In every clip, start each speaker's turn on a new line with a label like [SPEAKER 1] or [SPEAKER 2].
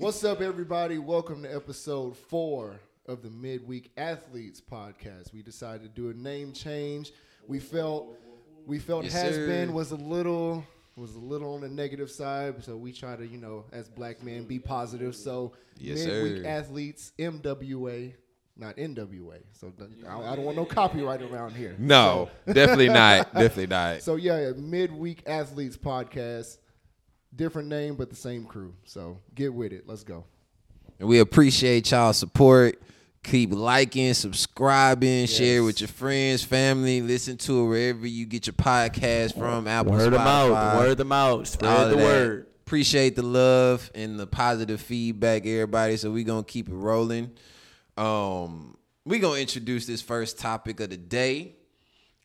[SPEAKER 1] What's up, everybody? Welcome to episode four of the Midweek Athletes Podcast. We decided to do a name change. We felt we felt
[SPEAKER 2] Yes,
[SPEAKER 1] has
[SPEAKER 2] sir.
[SPEAKER 1] been was a little was a little on the negative side, so we try to you know as black men be positive. So
[SPEAKER 2] Yes,
[SPEAKER 1] Midweek
[SPEAKER 2] sir.
[SPEAKER 1] Athletes MWA. Not NWA, so don't- I don't- I don't want no copyright around here.
[SPEAKER 2] No, definitely not. Definitely not.
[SPEAKER 1] So yeah, yeah, midweek athletes podcast, different name but the same crew. So get with it. Let's go.
[SPEAKER 2] And we appreciate y'all support. Keep liking, subscribing, share with your friends, family. Listen to it wherever you get your podcast from. Apple,
[SPEAKER 3] Word them
[SPEAKER 2] Spotify,
[SPEAKER 3] out. Word them out.
[SPEAKER 2] all
[SPEAKER 3] Spread
[SPEAKER 2] of
[SPEAKER 3] the
[SPEAKER 2] that.
[SPEAKER 3] word.
[SPEAKER 2] Appreciate the love and the positive feedback, everybody. So we gonna keep it rolling. Um, we gonna introduce this first topic of the day,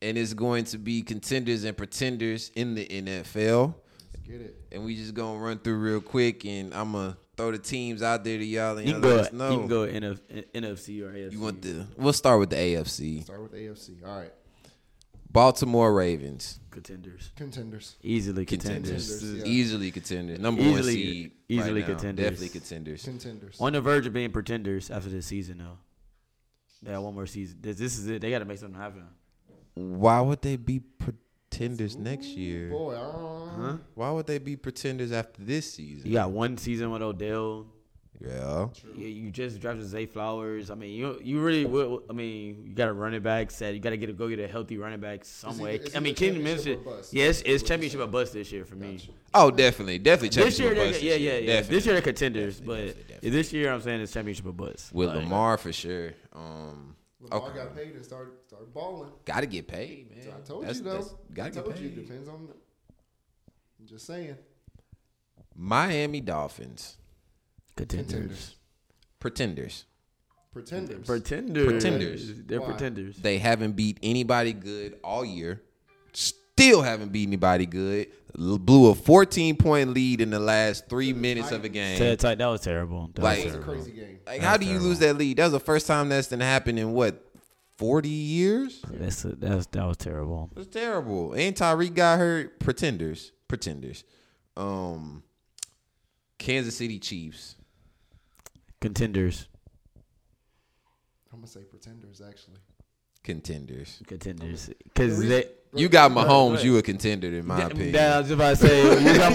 [SPEAKER 2] and it's going to be contenders and pretenders in the NFL.
[SPEAKER 1] Get it.
[SPEAKER 2] and we just gonna run through real quick, and I'm gonna throw the teams out there to y'all, and
[SPEAKER 3] You
[SPEAKER 2] y'all
[SPEAKER 3] can
[SPEAKER 2] let
[SPEAKER 3] go.
[SPEAKER 2] us know.
[SPEAKER 3] You can go NF, NFC or AFC.
[SPEAKER 2] You want the? We'll start with the AFC.
[SPEAKER 1] Start with AFC. All right,
[SPEAKER 2] Baltimore Ravens,
[SPEAKER 3] contenders?
[SPEAKER 1] contenders.
[SPEAKER 3] Easily contenders.
[SPEAKER 2] contenders,
[SPEAKER 1] Contenders, yeah.
[SPEAKER 2] easily contenders, number one
[SPEAKER 3] Easily-
[SPEAKER 2] seed, right
[SPEAKER 3] easily
[SPEAKER 2] now.
[SPEAKER 3] contenders.
[SPEAKER 2] definitely contenders.
[SPEAKER 1] Contenders.
[SPEAKER 3] On the verge of being pretenders after this season, though. They got one more season. This, this is it. They got to make something happen.
[SPEAKER 2] Why would they be pretenders next year?
[SPEAKER 1] Boy, I don't-
[SPEAKER 2] Why would they be pretenders after this season?
[SPEAKER 3] You got one season with Odell.
[SPEAKER 2] Yeah,
[SPEAKER 3] You, you just drafted Zay Flowers. I mean, you you really. Will, I mean, you got a running back set. You got to get a go get a healthy running back some
[SPEAKER 1] It's
[SPEAKER 3] way.
[SPEAKER 1] either- it's
[SPEAKER 3] I mean,
[SPEAKER 1] either
[SPEAKER 3] Kenny
[SPEAKER 1] championship
[SPEAKER 3] Minship.
[SPEAKER 1] or bust.
[SPEAKER 3] Yes, it's championship or bust this year for me.
[SPEAKER 2] Oh, definitely, definitely.
[SPEAKER 3] This
[SPEAKER 2] championship
[SPEAKER 3] year,
[SPEAKER 2] or
[SPEAKER 3] they're,
[SPEAKER 2] bust
[SPEAKER 3] yeah, yeah, yeah.
[SPEAKER 2] Definitely.
[SPEAKER 3] This year they're contenders, but
[SPEAKER 2] definitely, definitely.
[SPEAKER 3] this year I'm saying it's championship or bust.
[SPEAKER 2] with
[SPEAKER 3] Like,
[SPEAKER 2] Lamar for sure. Um,
[SPEAKER 1] Lamar
[SPEAKER 2] okay.
[SPEAKER 1] got paid and started started balling.
[SPEAKER 2] Gotta get paid, man.
[SPEAKER 1] So I told
[SPEAKER 2] That's-
[SPEAKER 1] you though.
[SPEAKER 2] that's-
[SPEAKER 1] I
[SPEAKER 2] gotta get
[SPEAKER 1] told you.
[SPEAKER 2] paid.
[SPEAKER 1] Depends on. I'm just saying.
[SPEAKER 2] Miami Dolphins.
[SPEAKER 3] contenders,
[SPEAKER 2] Pretenders.
[SPEAKER 1] Pretenders.
[SPEAKER 3] pretenders,
[SPEAKER 2] Pretenders.
[SPEAKER 3] They're
[SPEAKER 1] Why?
[SPEAKER 3] pretenders.
[SPEAKER 2] They haven't beat anybody good all year. Still haven't beat anybody good. L- Blew a 14 point lead in the last three minutes of a game.
[SPEAKER 3] Ted, Ted, that was terrible. That
[SPEAKER 2] Like-
[SPEAKER 3] was
[SPEAKER 1] it's a
[SPEAKER 3] terrible.
[SPEAKER 1] crazy game.
[SPEAKER 2] Like, how do you lose that lead? That was the first time that's been happened in what, 40 years?
[SPEAKER 3] That's a, that's that was terrible.
[SPEAKER 2] It's terrible. And Tyreek got hurt. Pretenders. Pretenders. Um, Kansas City Chiefs.
[SPEAKER 3] Contenders,
[SPEAKER 1] I'm gonna say pretenders actually.
[SPEAKER 2] Contenders.
[SPEAKER 3] contenders, because they.
[SPEAKER 2] You got Mahomes.
[SPEAKER 3] right.
[SPEAKER 2] You a contender, in my opinion.
[SPEAKER 3] That, I was about to say, you got
[SPEAKER 2] Oh,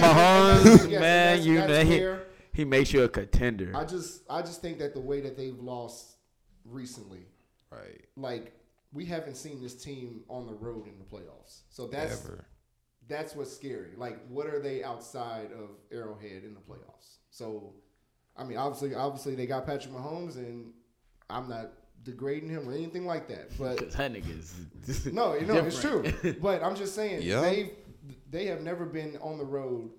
[SPEAKER 1] Yes,
[SPEAKER 3] Mahomes, man.
[SPEAKER 1] that's-
[SPEAKER 3] You
[SPEAKER 1] that's
[SPEAKER 3] know,
[SPEAKER 1] fair.
[SPEAKER 3] he, he makes you a contender.
[SPEAKER 1] I just I just think that the way that they've lost recently
[SPEAKER 2] Right.
[SPEAKER 1] like we haven't seen this team on the road in the playoffs. So that's
[SPEAKER 2] Ever.
[SPEAKER 1] that's what's scary. Like what are they outside of Arrowhead in the playoffs? So I mean obviously obviously they got Patrick Mahomes and I'm not degrading him or anything like that. But
[SPEAKER 3] 'Cause that nigga's
[SPEAKER 1] no, you know, it's true. But I'm just saying
[SPEAKER 2] Yeah.
[SPEAKER 1] they've they have never been on the road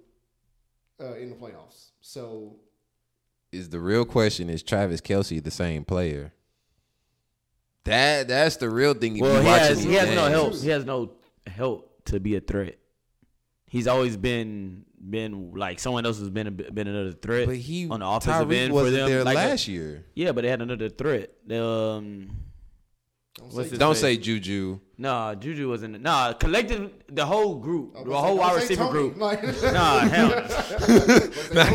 [SPEAKER 1] uh, in the playoffs. So
[SPEAKER 2] is the real question is Travis Kelsey the same player? That that's the real thing. If
[SPEAKER 3] Well,
[SPEAKER 2] you
[SPEAKER 3] he
[SPEAKER 2] watching
[SPEAKER 3] has,
[SPEAKER 2] these
[SPEAKER 3] he has no
[SPEAKER 2] games.
[SPEAKER 3] help. He has no help to be a threat. He's always been been like someone else has been a, been another threat.
[SPEAKER 2] But he
[SPEAKER 3] on the offensive
[SPEAKER 2] Tyreek
[SPEAKER 3] end for
[SPEAKER 2] wasn't
[SPEAKER 3] them.
[SPEAKER 2] there
[SPEAKER 3] like a-
[SPEAKER 2] last year.
[SPEAKER 3] yeah, but they had another threat. Um,
[SPEAKER 1] don't
[SPEAKER 3] What's
[SPEAKER 1] say-
[SPEAKER 3] his
[SPEAKER 2] Don't
[SPEAKER 3] name?
[SPEAKER 2] say Juju.
[SPEAKER 3] Nah, Juju wasn't. Nah, collective the whole group,
[SPEAKER 1] don't
[SPEAKER 3] the
[SPEAKER 1] say-
[SPEAKER 3] whole
[SPEAKER 1] don't
[SPEAKER 3] wide
[SPEAKER 1] say
[SPEAKER 3] receiver
[SPEAKER 1] Tony.
[SPEAKER 3] group.
[SPEAKER 1] Like, don't say-
[SPEAKER 3] Nah, hell.
[SPEAKER 1] don't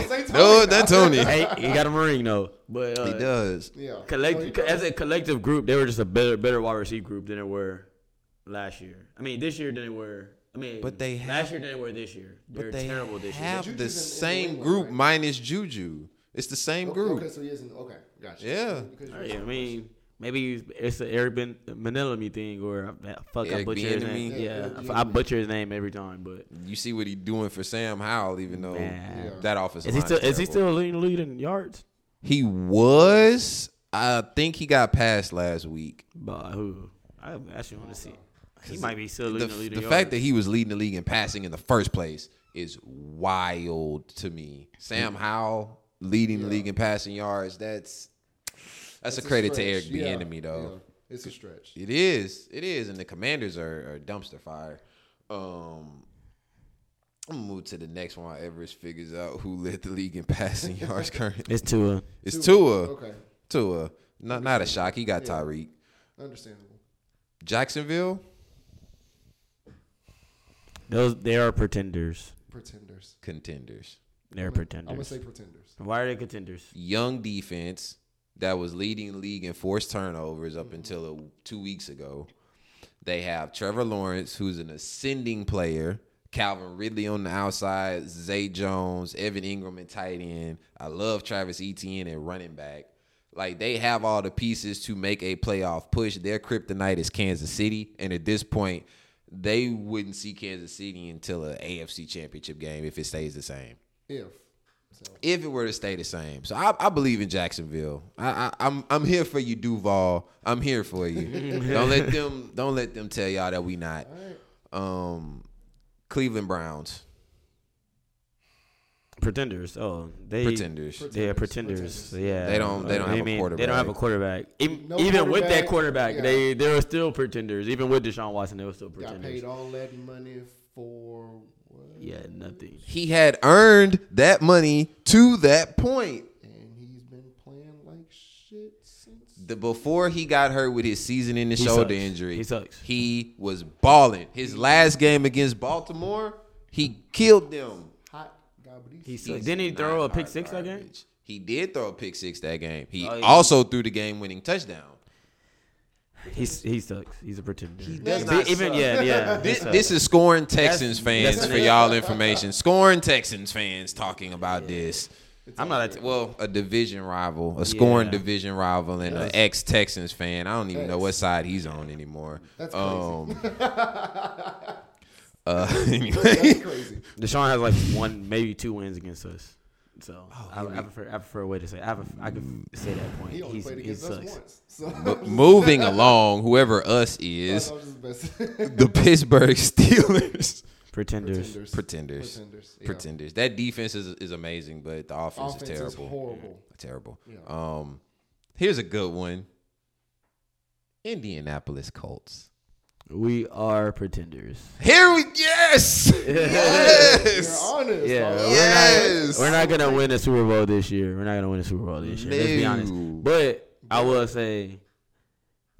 [SPEAKER 1] say Tony.
[SPEAKER 2] No, that's Tony.
[SPEAKER 3] hey, he got him a ring though. But uh,
[SPEAKER 2] he does.
[SPEAKER 1] Yeah. No, he
[SPEAKER 3] collect
[SPEAKER 1] does.
[SPEAKER 3] as a collective group, they were just a better better wide receiver group than they were last year. I mean, this year than they were. I mean,
[SPEAKER 2] But they have-
[SPEAKER 3] last year than they were this year. They
[SPEAKER 2] But
[SPEAKER 3] were
[SPEAKER 2] they
[SPEAKER 3] terrible this year.
[SPEAKER 2] have
[SPEAKER 1] Juju's in-
[SPEAKER 2] the
[SPEAKER 1] in New
[SPEAKER 2] same
[SPEAKER 1] England,
[SPEAKER 2] group
[SPEAKER 1] right?
[SPEAKER 2] minus Juju. It's the same
[SPEAKER 1] Okay,
[SPEAKER 2] group.
[SPEAKER 1] Okay, so he isn't. Okay, gotcha.
[SPEAKER 2] Yeah.
[SPEAKER 1] Because you're
[SPEAKER 3] Yeah, I mean, maybe it's the Eric ben- Manelami thing, or I- fuck, I
[SPEAKER 2] Eric
[SPEAKER 3] butcher his
[SPEAKER 2] Bieniemy.
[SPEAKER 3] name.
[SPEAKER 1] Yeah,
[SPEAKER 3] Yeah,
[SPEAKER 1] Eric
[SPEAKER 3] I I
[SPEAKER 1] Bieniemy.
[SPEAKER 3] butcher his name every time. But
[SPEAKER 2] You see what he's doing for Sam Howell, even though
[SPEAKER 3] Man.
[SPEAKER 1] Yeah.
[SPEAKER 2] that offense
[SPEAKER 3] is he
[SPEAKER 2] line
[SPEAKER 3] still is he
[SPEAKER 2] terrible.
[SPEAKER 3] still leading leading yards?
[SPEAKER 2] He was. I think he got passed last week.
[SPEAKER 3] By who? I actually want to see. He might be still leading
[SPEAKER 2] the,
[SPEAKER 3] the leading
[SPEAKER 2] the
[SPEAKER 3] yards.
[SPEAKER 2] fact that he was leading the league in passing in the first place is wild to me. Sam Howell leading the league in passing yards. That's that's a
[SPEAKER 1] It's
[SPEAKER 2] credit to Eric
[SPEAKER 1] stretch. Yeah,
[SPEAKER 2] Bieniemy though.
[SPEAKER 1] yeah. It's a stretch.
[SPEAKER 2] It is. It is. And the Commanders are, are dumpster fire. Um, I'm gonna move to the next one. while Everest figures out who led the league in passing yards. Currently,
[SPEAKER 3] it's Tua.
[SPEAKER 2] it's Tua.
[SPEAKER 1] Okay,
[SPEAKER 2] Tua. Not not a shock. He got Tyreek.
[SPEAKER 1] understandable.
[SPEAKER 2] Jacksonville
[SPEAKER 3] Those they are pretenders.
[SPEAKER 1] Pretenders.
[SPEAKER 2] contenders.
[SPEAKER 3] They're
[SPEAKER 1] I'm gonna
[SPEAKER 3] pretenders.
[SPEAKER 1] say pretenders.
[SPEAKER 3] Why are they contenders?
[SPEAKER 2] young defense that was leading the league in forced turnovers up until uh, two weeks ago. They have Trevor Lawrence, who's an ascending player. Calvin Ridley on the outside, Zay Jones, Evan Ingram at tight end. I love Travis Etienne at running back. Like they have all the pieces to make a playoff push. Their kryptonite is Kansas City, and at this point, they wouldn't see Kansas City until an AFC Championship game if it stays the same
[SPEAKER 1] If so,
[SPEAKER 2] if it were to stay the same. So I, I believe in Jacksonville. I, I, I'm I'm here for you, Duval. I'm here for you. don't let them don't let them tell y'all that we not. Um, Cleveland Browns
[SPEAKER 3] Pretenders. Oh, they
[SPEAKER 2] pretenders.
[SPEAKER 3] They are pretenders. Yeah,
[SPEAKER 2] They don't- they don't have a
[SPEAKER 3] They don't have a quarterback. Even, even with that
[SPEAKER 1] quarterback,
[SPEAKER 3] quarterback,
[SPEAKER 1] yeah.
[SPEAKER 3] they they were still pretenders. Even with Deshaun Watson, they were still
[SPEAKER 1] got paid
[SPEAKER 3] pretenders.
[SPEAKER 1] all that money for what?
[SPEAKER 3] Yeah, nothing.
[SPEAKER 2] He had earned that money to that point.
[SPEAKER 1] And he's been playing like shit since.
[SPEAKER 2] The before he got hurt with his season in his
[SPEAKER 3] He
[SPEAKER 2] shoulder
[SPEAKER 3] sucks.
[SPEAKER 2] injury,
[SPEAKER 3] He sucks.
[SPEAKER 2] He was balling. His last game against Baltimore, he killed them.
[SPEAKER 1] Hot garbage.
[SPEAKER 3] He
[SPEAKER 1] He's
[SPEAKER 3] sucks.
[SPEAKER 2] He's
[SPEAKER 3] Didn't he
[SPEAKER 2] not
[SPEAKER 3] throw a pick
[SPEAKER 2] hard
[SPEAKER 3] six that game?
[SPEAKER 2] garbage. He did throw a pick six that game. He
[SPEAKER 3] Oh, yeah.
[SPEAKER 2] also threw the game winning touchdown.
[SPEAKER 3] He's he sucks. He's a pretender.
[SPEAKER 2] does
[SPEAKER 3] Even-
[SPEAKER 2] not
[SPEAKER 3] even
[SPEAKER 2] suck.
[SPEAKER 3] yeah yeah. he
[SPEAKER 2] This,
[SPEAKER 3] sucks.
[SPEAKER 2] this is scoring Texans
[SPEAKER 3] that's
[SPEAKER 2] fans
[SPEAKER 3] the
[SPEAKER 2] for
[SPEAKER 3] name.
[SPEAKER 2] y'all information. Scoring Texans fans talking about this.
[SPEAKER 3] I'm not. A, well,
[SPEAKER 2] Well, a division rival, a scoring
[SPEAKER 3] Yeah.
[SPEAKER 2] division rival, and an ex Texans fan. I don't even know what side he's on anymore. Um,
[SPEAKER 1] That's crazy.
[SPEAKER 2] uh, anyway,
[SPEAKER 1] That's crazy.
[SPEAKER 3] Deshaun has like one, maybe two wins against us. So I, I prefer I prefer a way to say I, have a, I can say that point.
[SPEAKER 1] He only
[SPEAKER 3] He's,
[SPEAKER 1] played
[SPEAKER 3] he
[SPEAKER 1] against us
[SPEAKER 3] sucks.
[SPEAKER 1] once. So
[SPEAKER 2] but moving along, whoever us is,
[SPEAKER 1] I was just best.
[SPEAKER 2] the Pittsburgh Steelers
[SPEAKER 3] Pretenders.
[SPEAKER 1] pretenders.
[SPEAKER 2] pretenders.
[SPEAKER 1] Pretenders. yeah.
[SPEAKER 2] pretenders. That defense is, is amazing, but the offense,
[SPEAKER 1] Offense
[SPEAKER 2] is
[SPEAKER 1] is
[SPEAKER 2] terrible.
[SPEAKER 1] horrible.
[SPEAKER 2] Terrible.
[SPEAKER 1] Yeah.
[SPEAKER 2] Um, here's a good one. Indianapolis Colts.
[SPEAKER 3] We are pretenders.
[SPEAKER 2] Here we yes,
[SPEAKER 1] You're
[SPEAKER 2] yes,
[SPEAKER 1] honest.
[SPEAKER 3] Yeah,
[SPEAKER 1] bro.
[SPEAKER 2] yes.
[SPEAKER 3] we're not gonna win a Super Bowl this year. We're not gonna win a Super Bowl this year. Let's be honest.
[SPEAKER 2] No.
[SPEAKER 3] But I will say,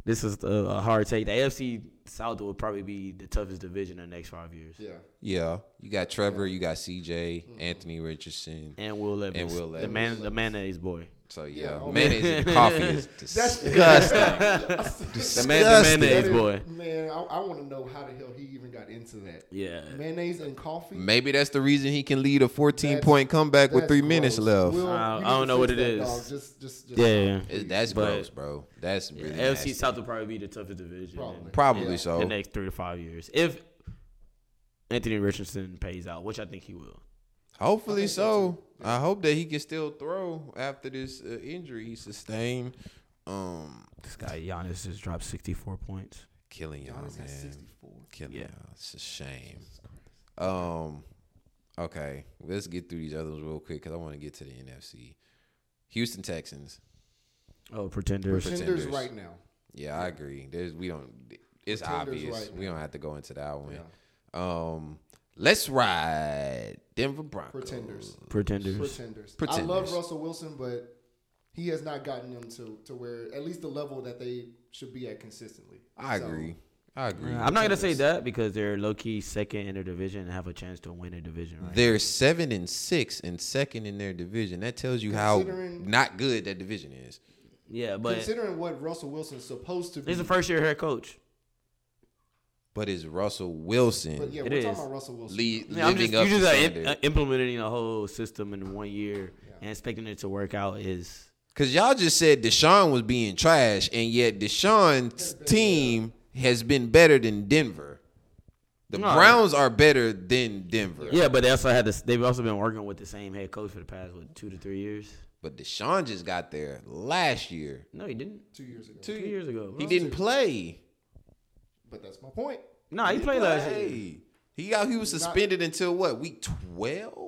[SPEAKER 3] this is a, a hard take. The AFC South will probably be the toughest division in the next five years.
[SPEAKER 1] Yeah.
[SPEAKER 2] Yeah, you got Trevor, you got C.J.
[SPEAKER 1] Mm-hmm.
[SPEAKER 2] Anthony Richardson.
[SPEAKER 3] And Will Levis,
[SPEAKER 2] And Will
[SPEAKER 3] the
[SPEAKER 2] Levis.
[SPEAKER 3] man, the mayonnaise boy.
[SPEAKER 2] So yeah,
[SPEAKER 1] oh,
[SPEAKER 2] mayonnaise and coffee is disgusting.
[SPEAKER 3] The man, the
[SPEAKER 2] Disgusting.
[SPEAKER 3] mayonnaise
[SPEAKER 1] That is-
[SPEAKER 3] boy.
[SPEAKER 1] Man, I, I want to know how the hell he even got into that.
[SPEAKER 3] Yeah.
[SPEAKER 1] Mayonnaise and coffee.
[SPEAKER 2] Maybe that's the reason he can lead a 14
[SPEAKER 1] That's-
[SPEAKER 2] point comeback with
[SPEAKER 1] That's
[SPEAKER 2] three minutes
[SPEAKER 1] gross.
[SPEAKER 2] left.
[SPEAKER 1] Will,
[SPEAKER 3] I-
[SPEAKER 1] you
[SPEAKER 3] I don't
[SPEAKER 1] need to
[SPEAKER 3] know what
[SPEAKER 1] fix
[SPEAKER 3] it
[SPEAKER 1] that,
[SPEAKER 3] is.
[SPEAKER 1] dog. Just, just, just
[SPEAKER 3] Yeah.
[SPEAKER 2] It- that's
[SPEAKER 3] But-
[SPEAKER 2] gross, bro. That's really nasty.
[SPEAKER 3] AFC South will probably be the toughest division
[SPEAKER 1] Probably.
[SPEAKER 2] Probably
[SPEAKER 1] Yeah.
[SPEAKER 2] so.
[SPEAKER 3] in the next three to five years if Anthony Richardson pays out, which I think he will.
[SPEAKER 2] Hopefully so. I hope that he can still throw after this uh, injury he sustained. Um,
[SPEAKER 3] This guy Giannis just dropped sixty four points.
[SPEAKER 2] killing y'all,
[SPEAKER 1] Giannis got
[SPEAKER 2] man.
[SPEAKER 1] 64.
[SPEAKER 2] Killing
[SPEAKER 3] Yeah.
[SPEAKER 2] y'all. It's a shame. Um, okay, let's get through these others real quick because I want to get to the NFC. Houston Texans.
[SPEAKER 3] Oh, pretenders.
[SPEAKER 2] Pretend-
[SPEAKER 1] Pretenders
[SPEAKER 2] Pretenders.
[SPEAKER 1] right now.
[SPEAKER 2] Yeah, I agree. There's we don't. It's
[SPEAKER 1] Pretender's
[SPEAKER 2] obvious.
[SPEAKER 1] right
[SPEAKER 2] we don't have to go into that one.
[SPEAKER 1] Yeah.
[SPEAKER 2] Um, let's ride Denver Broncos.
[SPEAKER 1] Pretenders.
[SPEAKER 3] Pretenders.
[SPEAKER 1] Pretenders.
[SPEAKER 2] Pretenders.
[SPEAKER 1] I love Russell Wilson, but he has not gotten them to, to where at least the level that they should be at consistently.
[SPEAKER 2] I
[SPEAKER 1] So,
[SPEAKER 2] agree. I agree.
[SPEAKER 3] Uh, I'm not gonna say that because they're low key second in their division and have a chance to win a division. Right?
[SPEAKER 2] They're seven and six and second in their division. That tells you how
[SPEAKER 1] Considering-
[SPEAKER 2] not good that division is.
[SPEAKER 3] yeah, but
[SPEAKER 1] considering what Russell Wilson's supposed to be,
[SPEAKER 3] he's a first year head coach.
[SPEAKER 2] But it's Russell Wilson
[SPEAKER 1] but yeah,
[SPEAKER 3] It
[SPEAKER 1] we're
[SPEAKER 3] is.
[SPEAKER 1] talking about Russell Wilson.
[SPEAKER 2] lea-
[SPEAKER 3] Yeah, I'm
[SPEAKER 2] living
[SPEAKER 3] just, you
[SPEAKER 2] up to
[SPEAKER 3] just uh, im-
[SPEAKER 2] standard.
[SPEAKER 3] uh, implementing a whole system in one year and expecting it to work out is
[SPEAKER 2] Cause y'all just said Deshaun was being trash, and yet Deshaun's team has been better than Denver. The
[SPEAKER 3] No.
[SPEAKER 2] Browns are better than Denver.
[SPEAKER 3] yeah. But they also had this. They've also been working with the same head coach for the past what two to three years.
[SPEAKER 2] But Deshaun just got there last year.
[SPEAKER 3] No, he didn't.
[SPEAKER 1] two years ago.
[SPEAKER 3] Two years ago,
[SPEAKER 2] He didn't play.
[SPEAKER 1] But that's my point.
[SPEAKER 3] No, he played last year.
[SPEAKER 2] Hey. He got he was suspended until what, week twelve?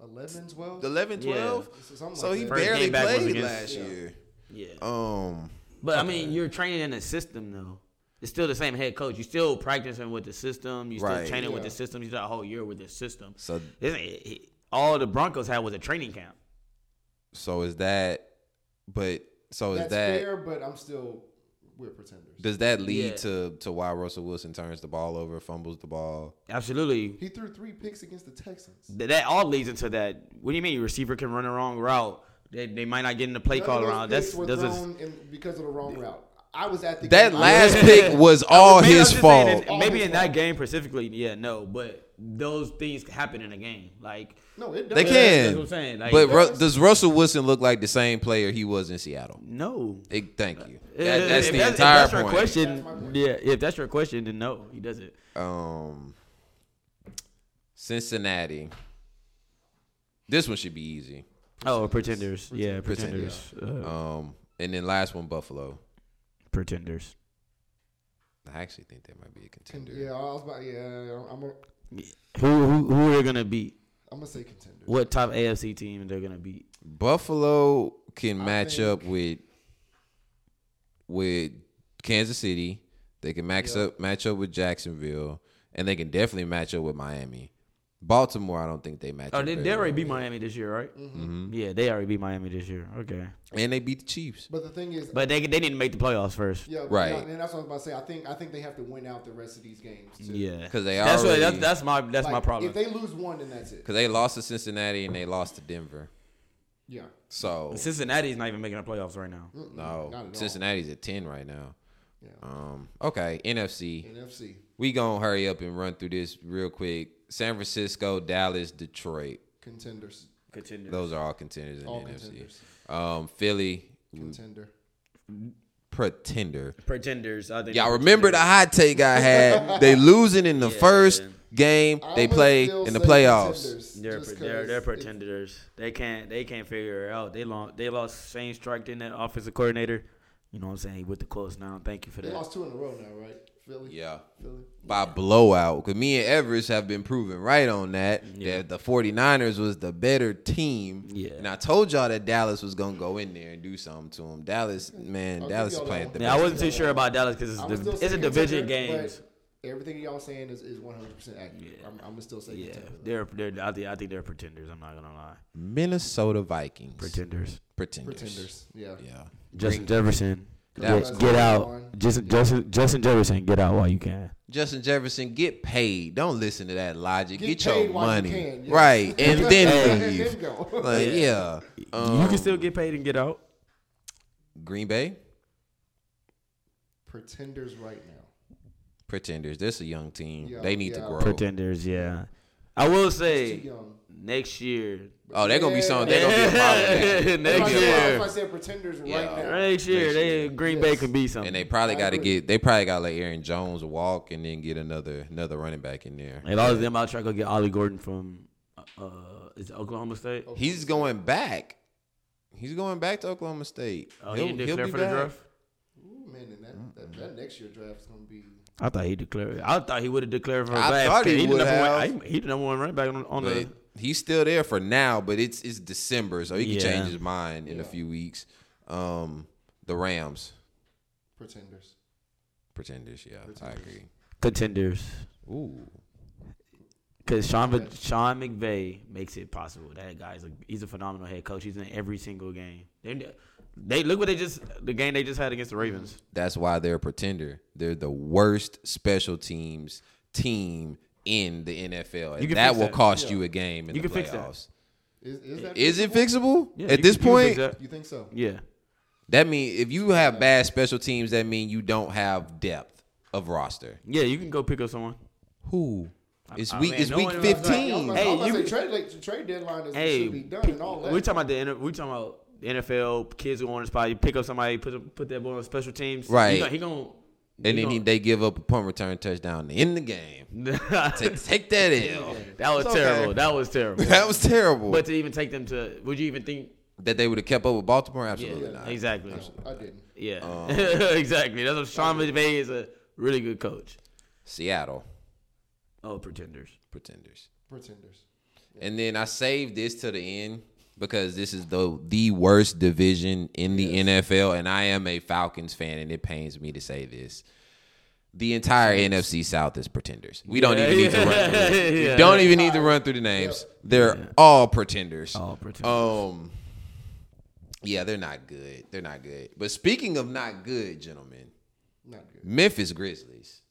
[SPEAKER 1] 11, 12.
[SPEAKER 2] 11,
[SPEAKER 3] Yeah.
[SPEAKER 2] 12.
[SPEAKER 1] Something
[SPEAKER 2] So
[SPEAKER 1] like
[SPEAKER 2] he
[SPEAKER 1] that.
[SPEAKER 3] First
[SPEAKER 2] barely
[SPEAKER 3] game back was
[SPEAKER 2] played
[SPEAKER 3] against-
[SPEAKER 2] last
[SPEAKER 1] Yeah.
[SPEAKER 2] year.
[SPEAKER 3] Yeah.
[SPEAKER 2] Um,
[SPEAKER 3] But I mean, you're training in a system though. It's still the same head coach. You're still practicing with the system. You're still
[SPEAKER 2] Right.
[SPEAKER 3] training with the
[SPEAKER 1] Yeah.
[SPEAKER 3] system. You did a whole year with the system.
[SPEAKER 2] so
[SPEAKER 3] This ain't- he- all the Broncos had was a training camp.
[SPEAKER 2] so is that, but so is
[SPEAKER 1] That's
[SPEAKER 2] that
[SPEAKER 1] fair, but I'm still we're pretenders.
[SPEAKER 2] Does that lead
[SPEAKER 3] Yeah.
[SPEAKER 2] to to why Russell Wilson turns the ball over, fumbles the ball?
[SPEAKER 3] Absolutely.
[SPEAKER 1] He threw three picks against the Texans.
[SPEAKER 3] Th- that all leads into that. What do you mean? Receiver can run a wrong route. They, they might not get in the play
[SPEAKER 1] None
[SPEAKER 3] call
[SPEAKER 1] of those
[SPEAKER 3] around.
[SPEAKER 1] picks
[SPEAKER 3] That's
[SPEAKER 1] were
[SPEAKER 3] doesn't.
[SPEAKER 1] thrown in- because of the wrong route. I was at the
[SPEAKER 2] That
[SPEAKER 1] game.
[SPEAKER 2] last pick was all
[SPEAKER 3] Maybe
[SPEAKER 2] his
[SPEAKER 3] I'm just saying
[SPEAKER 2] fault.
[SPEAKER 3] that- Maybe
[SPEAKER 1] his
[SPEAKER 3] in that
[SPEAKER 1] fault.
[SPEAKER 3] game specifically, yeah, no. But those things happen in a game. Like
[SPEAKER 1] no, it
[SPEAKER 2] They
[SPEAKER 1] doesn't.
[SPEAKER 2] can,
[SPEAKER 3] that's what I'm saying, like-
[SPEAKER 2] but Ru- does Russell Wilson look like the same player he was in Seattle?
[SPEAKER 3] no.
[SPEAKER 2] It, thank you.
[SPEAKER 3] If-
[SPEAKER 2] That, that's
[SPEAKER 3] if
[SPEAKER 2] the
[SPEAKER 3] that's,
[SPEAKER 2] entire
[SPEAKER 3] if that's
[SPEAKER 2] point.
[SPEAKER 3] Your question,
[SPEAKER 1] That's my point.
[SPEAKER 3] yeah. If that's your question, then no, he doesn't.
[SPEAKER 2] Um, Cincinnati. This one should be easy.
[SPEAKER 3] Oh, pretenders. Yeah,
[SPEAKER 2] Pretenders.
[SPEAKER 3] pretenders. Uh,
[SPEAKER 2] Um, and then last one, Buffalo.
[SPEAKER 3] pretenders.
[SPEAKER 2] I actually think that might be a contender.
[SPEAKER 1] Yeah, I was about. Yeah, I'm. A,
[SPEAKER 3] Who who who they're gonna beat?
[SPEAKER 1] I'm gonna say contender.
[SPEAKER 3] What top AFC team they're gonna beat?
[SPEAKER 2] Buffalo can
[SPEAKER 1] I
[SPEAKER 2] match up with with Kansas City. They can max
[SPEAKER 1] Yeah.
[SPEAKER 2] up match up with Jacksonville, and they can definitely match up with Miami. Baltimore, I don't think they match.
[SPEAKER 3] Oh,
[SPEAKER 2] up
[SPEAKER 3] they,
[SPEAKER 2] very
[SPEAKER 3] they already
[SPEAKER 2] well
[SPEAKER 3] beat
[SPEAKER 2] with.
[SPEAKER 3] Miami this year, right?
[SPEAKER 1] Mm-hmm.
[SPEAKER 3] Mm-hmm.
[SPEAKER 2] Mhm.
[SPEAKER 3] Yeah, they already beat Miami this year. Okay,
[SPEAKER 2] and they beat the Chiefs.
[SPEAKER 1] But the thing is,
[SPEAKER 3] but they they need to make the playoffs first.
[SPEAKER 1] yeah,
[SPEAKER 2] Right.
[SPEAKER 1] yeah, and that's what I was about to say. I think I think they have to win out the rest of these games. Too.
[SPEAKER 3] Yeah,
[SPEAKER 2] 'Cause they
[SPEAKER 3] that's
[SPEAKER 2] already-
[SPEAKER 3] what that's, that's my that's my
[SPEAKER 1] Like,
[SPEAKER 3] problem.
[SPEAKER 1] If they lose one, then that's it.
[SPEAKER 2] Because they lost to Cincinnati and they lost to Denver.
[SPEAKER 1] Yeah,
[SPEAKER 2] So
[SPEAKER 3] Cincinnati's not even making the playoffs right now.
[SPEAKER 1] Mm.
[SPEAKER 2] no,
[SPEAKER 1] not at all.
[SPEAKER 2] Cincinnati's at ten right now.
[SPEAKER 1] Yeah.
[SPEAKER 2] Um, okay, NFC.
[SPEAKER 1] NFC.
[SPEAKER 2] We gonna hurry up and run through this real quick. San Francisco, Dallas, Detroit.
[SPEAKER 1] Contenders.
[SPEAKER 3] Contenders.
[SPEAKER 2] Those are all contenders in
[SPEAKER 1] All
[SPEAKER 2] the
[SPEAKER 1] contenders.
[SPEAKER 2] NFC. Um, Philly,
[SPEAKER 1] Contender.
[SPEAKER 2] pretender.
[SPEAKER 3] Pretenders. I think
[SPEAKER 2] Y'all
[SPEAKER 3] they're
[SPEAKER 2] remember the
[SPEAKER 3] pretenders.
[SPEAKER 2] hot take I had? they losing in the
[SPEAKER 3] Yeah.
[SPEAKER 2] first game
[SPEAKER 1] I
[SPEAKER 2] they
[SPEAKER 1] would
[SPEAKER 2] play
[SPEAKER 1] still
[SPEAKER 2] in the
[SPEAKER 1] say
[SPEAKER 2] playoffs.
[SPEAKER 1] contenders,
[SPEAKER 3] They're,
[SPEAKER 1] just
[SPEAKER 3] pre- they're,
[SPEAKER 1] 'cause
[SPEAKER 3] they're
[SPEAKER 1] if-
[SPEAKER 3] pretenders. They can't they can't figure it out. They lost they lost Shane Strike in that offensive coordinator. You know what I'm saying? He with the close now. Thank you for
[SPEAKER 1] They
[SPEAKER 3] that.
[SPEAKER 1] lost two in a row now, right? Philly.
[SPEAKER 2] Yeah.
[SPEAKER 1] Philly.
[SPEAKER 2] By blowout. Because me and Everest have been proven right on that.
[SPEAKER 3] Yeah.
[SPEAKER 2] That the 49ers was the better team.
[SPEAKER 3] Yeah.
[SPEAKER 2] And I told y'all that Dallas was going to go in there and do something to them. Dallas, man,
[SPEAKER 1] I'll give
[SPEAKER 2] Dallas is
[SPEAKER 1] y'all
[SPEAKER 2] playing
[SPEAKER 1] that one.
[SPEAKER 2] the
[SPEAKER 3] Yeah, I
[SPEAKER 2] best.
[SPEAKER 3] wasn't too sure about Dallas because
[SPEAKER 1] I would
[SPEAKER 3] it's,
[SPEAKER 1] still
[SPEAKER 3] div- it's
[SPEAKER 1] say
[SPEAKER 3] a division
[SPEAKER 1] contender,
[SPEAKER 3] game.
[SPEAKER 1] but Everything y'all saying is, is 100% accurate. I'm, I'm gonna still say
[SPEAKER 3] Yeah,
[SPEAKER 1] contender.
[SPEAKER 3] they're they're I think, I think they're pretenders. I'm not gonna lie,
[SPEAKER 2] Minnesota Vikings.
[SPEAKER 3] pretenders.
[SPEAKER 2] Pretenders.
[SPEAKER 1] Pretenders. Yeah.
[SPEAKER 2] Yeah.
[SPEAKER 3] Justin Jefferson,
[SPEAKER 2] That
[SPEAKER 3] get,
[SPEAKER 1] was-
[SPEAKER 3] get
[SPEAKER 1] one.
[SPEAKER 3] out. Justin, Justin Justin Jefferson, get out while you can.
[SPEAKER 2] Justin Jefferson, get paid. Don't listen to that logic. Get,
[SPEAKER 1] Get
[SPEAKER 2] your
[SPEAKER 1] paid while you
[SPEAKER 2] money.
[SPEAKER 1] can, yes.
[SPEAKER 2] Right. And then
[SPEAKER 1] Let
[SPEAKER 2] leave.
[SPEAKER 1] him go.
[SPEAKER 2] Like, yeah. Um,
[SPEAKER 3] you can still get paid and get out.
[SPEAKER 2] Green Bay
[SPEAKER 1] Pretenders right now.
[SPEAKER 2] pretenders. This a young team.
[SPEAKER 1] Yeah,
[SPEAKER 2] they need to
[SPEAKER 1] yeah.
[SPEAKER 2] grow.
[SPEAKER 3] Pretenders, yeah. I will
[SPEAKER 1] Too
[SPEAKER 3] say
[SPEAKER 1] young.
[SPEAKER 3] next year,
[SPEAKER 2] Oh, they're gonna be something. They're gonna be a problem. with that.
[SPEAKER 1] If
[SPEAKER 3] next
[SPEAKER 1] I said- If
[SPEAKER 3] year,
[SPEAKER 1] I said pretenders
[SPEAKER 2] Yeah.
[SPEAKER 1] right now,
[SPEAKER 3] next year,
[SPEAKER 2] Next
[SPEAKER 3] they
[SPEAKER 2] year.
[SPEAKER 3] Green
[SPEAKER 1] Yes.
[SPEAKER 3] Bay can be something.
[SPEAKER 2] And they probably
[SPEAKER 1] I
[SPEAKER 2] got to
[SPEAKER 1] agree.
[SPEAKER 2] get. They probably got to let Aaron Jones walk and then get another another running back in there.
[SPEAKER 3] And all of them, I'll try to go get Ollie Gordon from uh, is it Oklahoma State.
[SPEAKER 1] Oh,
[SPEAKER 2] He's going back. He's going back to Oklahoma State.
[SPEAKER 3] Oh, he didn't declare for the draft.
[SPEAKER 1] Ooh, man, and that, that, that next year draft is gonna be.
[SPEAKER 3] I thought he declared. I thought he would have declared for a
[SPEAKER 2] I
[SPEAKER 3] back.
[SPEAKER 2] thought he
[SPEAKER 3] the
[SPEAKER 2] would
[SPEAKER 3] number
[SPEAKER 2] have.
[SPEAKER 3] One, he, he the number one running back on, on
[SPEAKER 2] But
[SPEAKER 3] the.
[SPEAKER 2] he's still there for now. But it's it's December, so he can
[SPEAKER 3] Yeah.
[SPEAKER 2] change his mind in a
[SPEAKER 1] Yeah.
[SPEAKER 2] few weeks. Um, the Rams
[SPEAKER 1] Pretenders.
[SPEAKER 2] pretenders. Yeah, I
[SPEAKER 1] Pretenders.
[SPEAKER 2] agree.
[SPEAKER 3] contenders
[SPEAKER 2] Oooo.
[SPEAKER 3] because Sean Va- Sean McVay makes it possible. That guy's a, he's a phenomenal head coach. He's in every single game. They, they look what they just the game they just had against the Ravens.
[SPEAKER 2] That's why they're a pretender. They're the worst special teams team in the NFL.
[SPEAKER 3] You
[SPEAKER 2] And
[SPEAKER 3] can
[SPEAKER 2] that
[SPEAKER 3] fix
[SPEAKER 2] will
[SPEAKER 3] that.
[SPEAKER 2] cost you a game in
[SPEAKER 3] You
[SPEAKER 2] the
[SPEAKER 3] can fix that.
[SPEAKER 2] playoffs.
[SPEAKER 1] Is, is that?
[SPEAKER 2] Is it fixable?
[SPEAKER 3] Yeah, you
[SPEAKER 2] At
[SPEAKER 3] can-
[SPEAKER 2] this
[SPEAKER 3] you can fix
[SPEAKER 2] point,
[SPEAKER 3] that.
[SPEAKER 1] You think so?
[SPEAKER 3] yeah,
[SPEAKER 2] that means if you have bad special teams, that means you don't have depth of roster.
[SPEAKER 3] yeah, you can go pick up someone.
[SPEAKER 2] Who? It's
[SPEAKER 3] I
[SPEAKER 2] week.
[SPEAKER 3] mean,
[SPEAKER 2] it's
[SPEAKER 3] no
[SPEAKER 2] week
[SPEAKER 3] one was like-
[SPEAKER 1] Yeah, I was
[SPEAKER 2] fifteen.
[SPEAKER 1] about-
[SPEAKER 3] Hey,
[SPEAKER 1] I was about
[SPEAKER 3] you
[SPEAKER 1] to
[SPEAKER 3] can-
[SPEAKER 1] say, trade, like, the trade deadline is
[SPEAKER 3] Hey,
[SPEAKER 1] should be done
[SPEAKER 3] pick-
[SPEAKER 1] and all that.
[SPEAKER 3] we talking about the inter- we talking about the NFL kids who on the spot. You pick up somebody, put them- put that boy on special teams.
[SPEAKER 2] Right.
[SPEAKER 3] he gonna. He gonna
[SPEAKER 2] and then he,
[SPEAKER 3] he
[SPEAKER 2] they give up a punt return touchdown in the game.
[SPEAKER 3] gonna-
[SPEAKER 2] Take, take that L.
[SPEAKER 3] that was
[SPEAKER 2] It's okay.
[SPEAKER 3] terrible. That was terrible.
[SPEAKER 2] That was terrible.
[SPEAKER 3] But
[SPEAKER 2] But
[SPEAKER 3] to even take them to, would you even think?
[SPEAKER 2] that they would have kept up with Baltimore?
[SPEAKER 3] Yeah,
[SPEAKER 2] Absolutely Um, not.
[SPEAKER 3] exactly.
[SPEAKER 1] I didn't.
[SPEAKER 3] Yeah, exactly. That's what Sean McVay is a really good coach.
[SPEAKER 2] Seattle
[SPEAKER 3] Oh, pretenders.
[SPEAKER 2] pretenders.
[SPEAKER 1] Pretenders.
[SPEAKER 2] And then I saved this to the end because this is the the worst division in the NFL, and I am a Falcons fan, and it pains me to say this. The entire NFC South is pretenders. We don't
[SPEAKER 3] Yeah,
[SPEAKER 2] even need to run
[SPEAKER 3] yeah,
[SPEAKER 2] through. it. We
[SPEAKER 3] yeah.
[SPEAKER 2] don't even need to run through the names. They're all pretenders.
[SPEAKER 3] All pretenders.
[SPEAKER 2] Um, yeah, they're not good. They're not good. But speaking of not good, gentlemen,
[SPEAKER 1] Not good.
[SPEAKER 2] Memphis Grizzlies.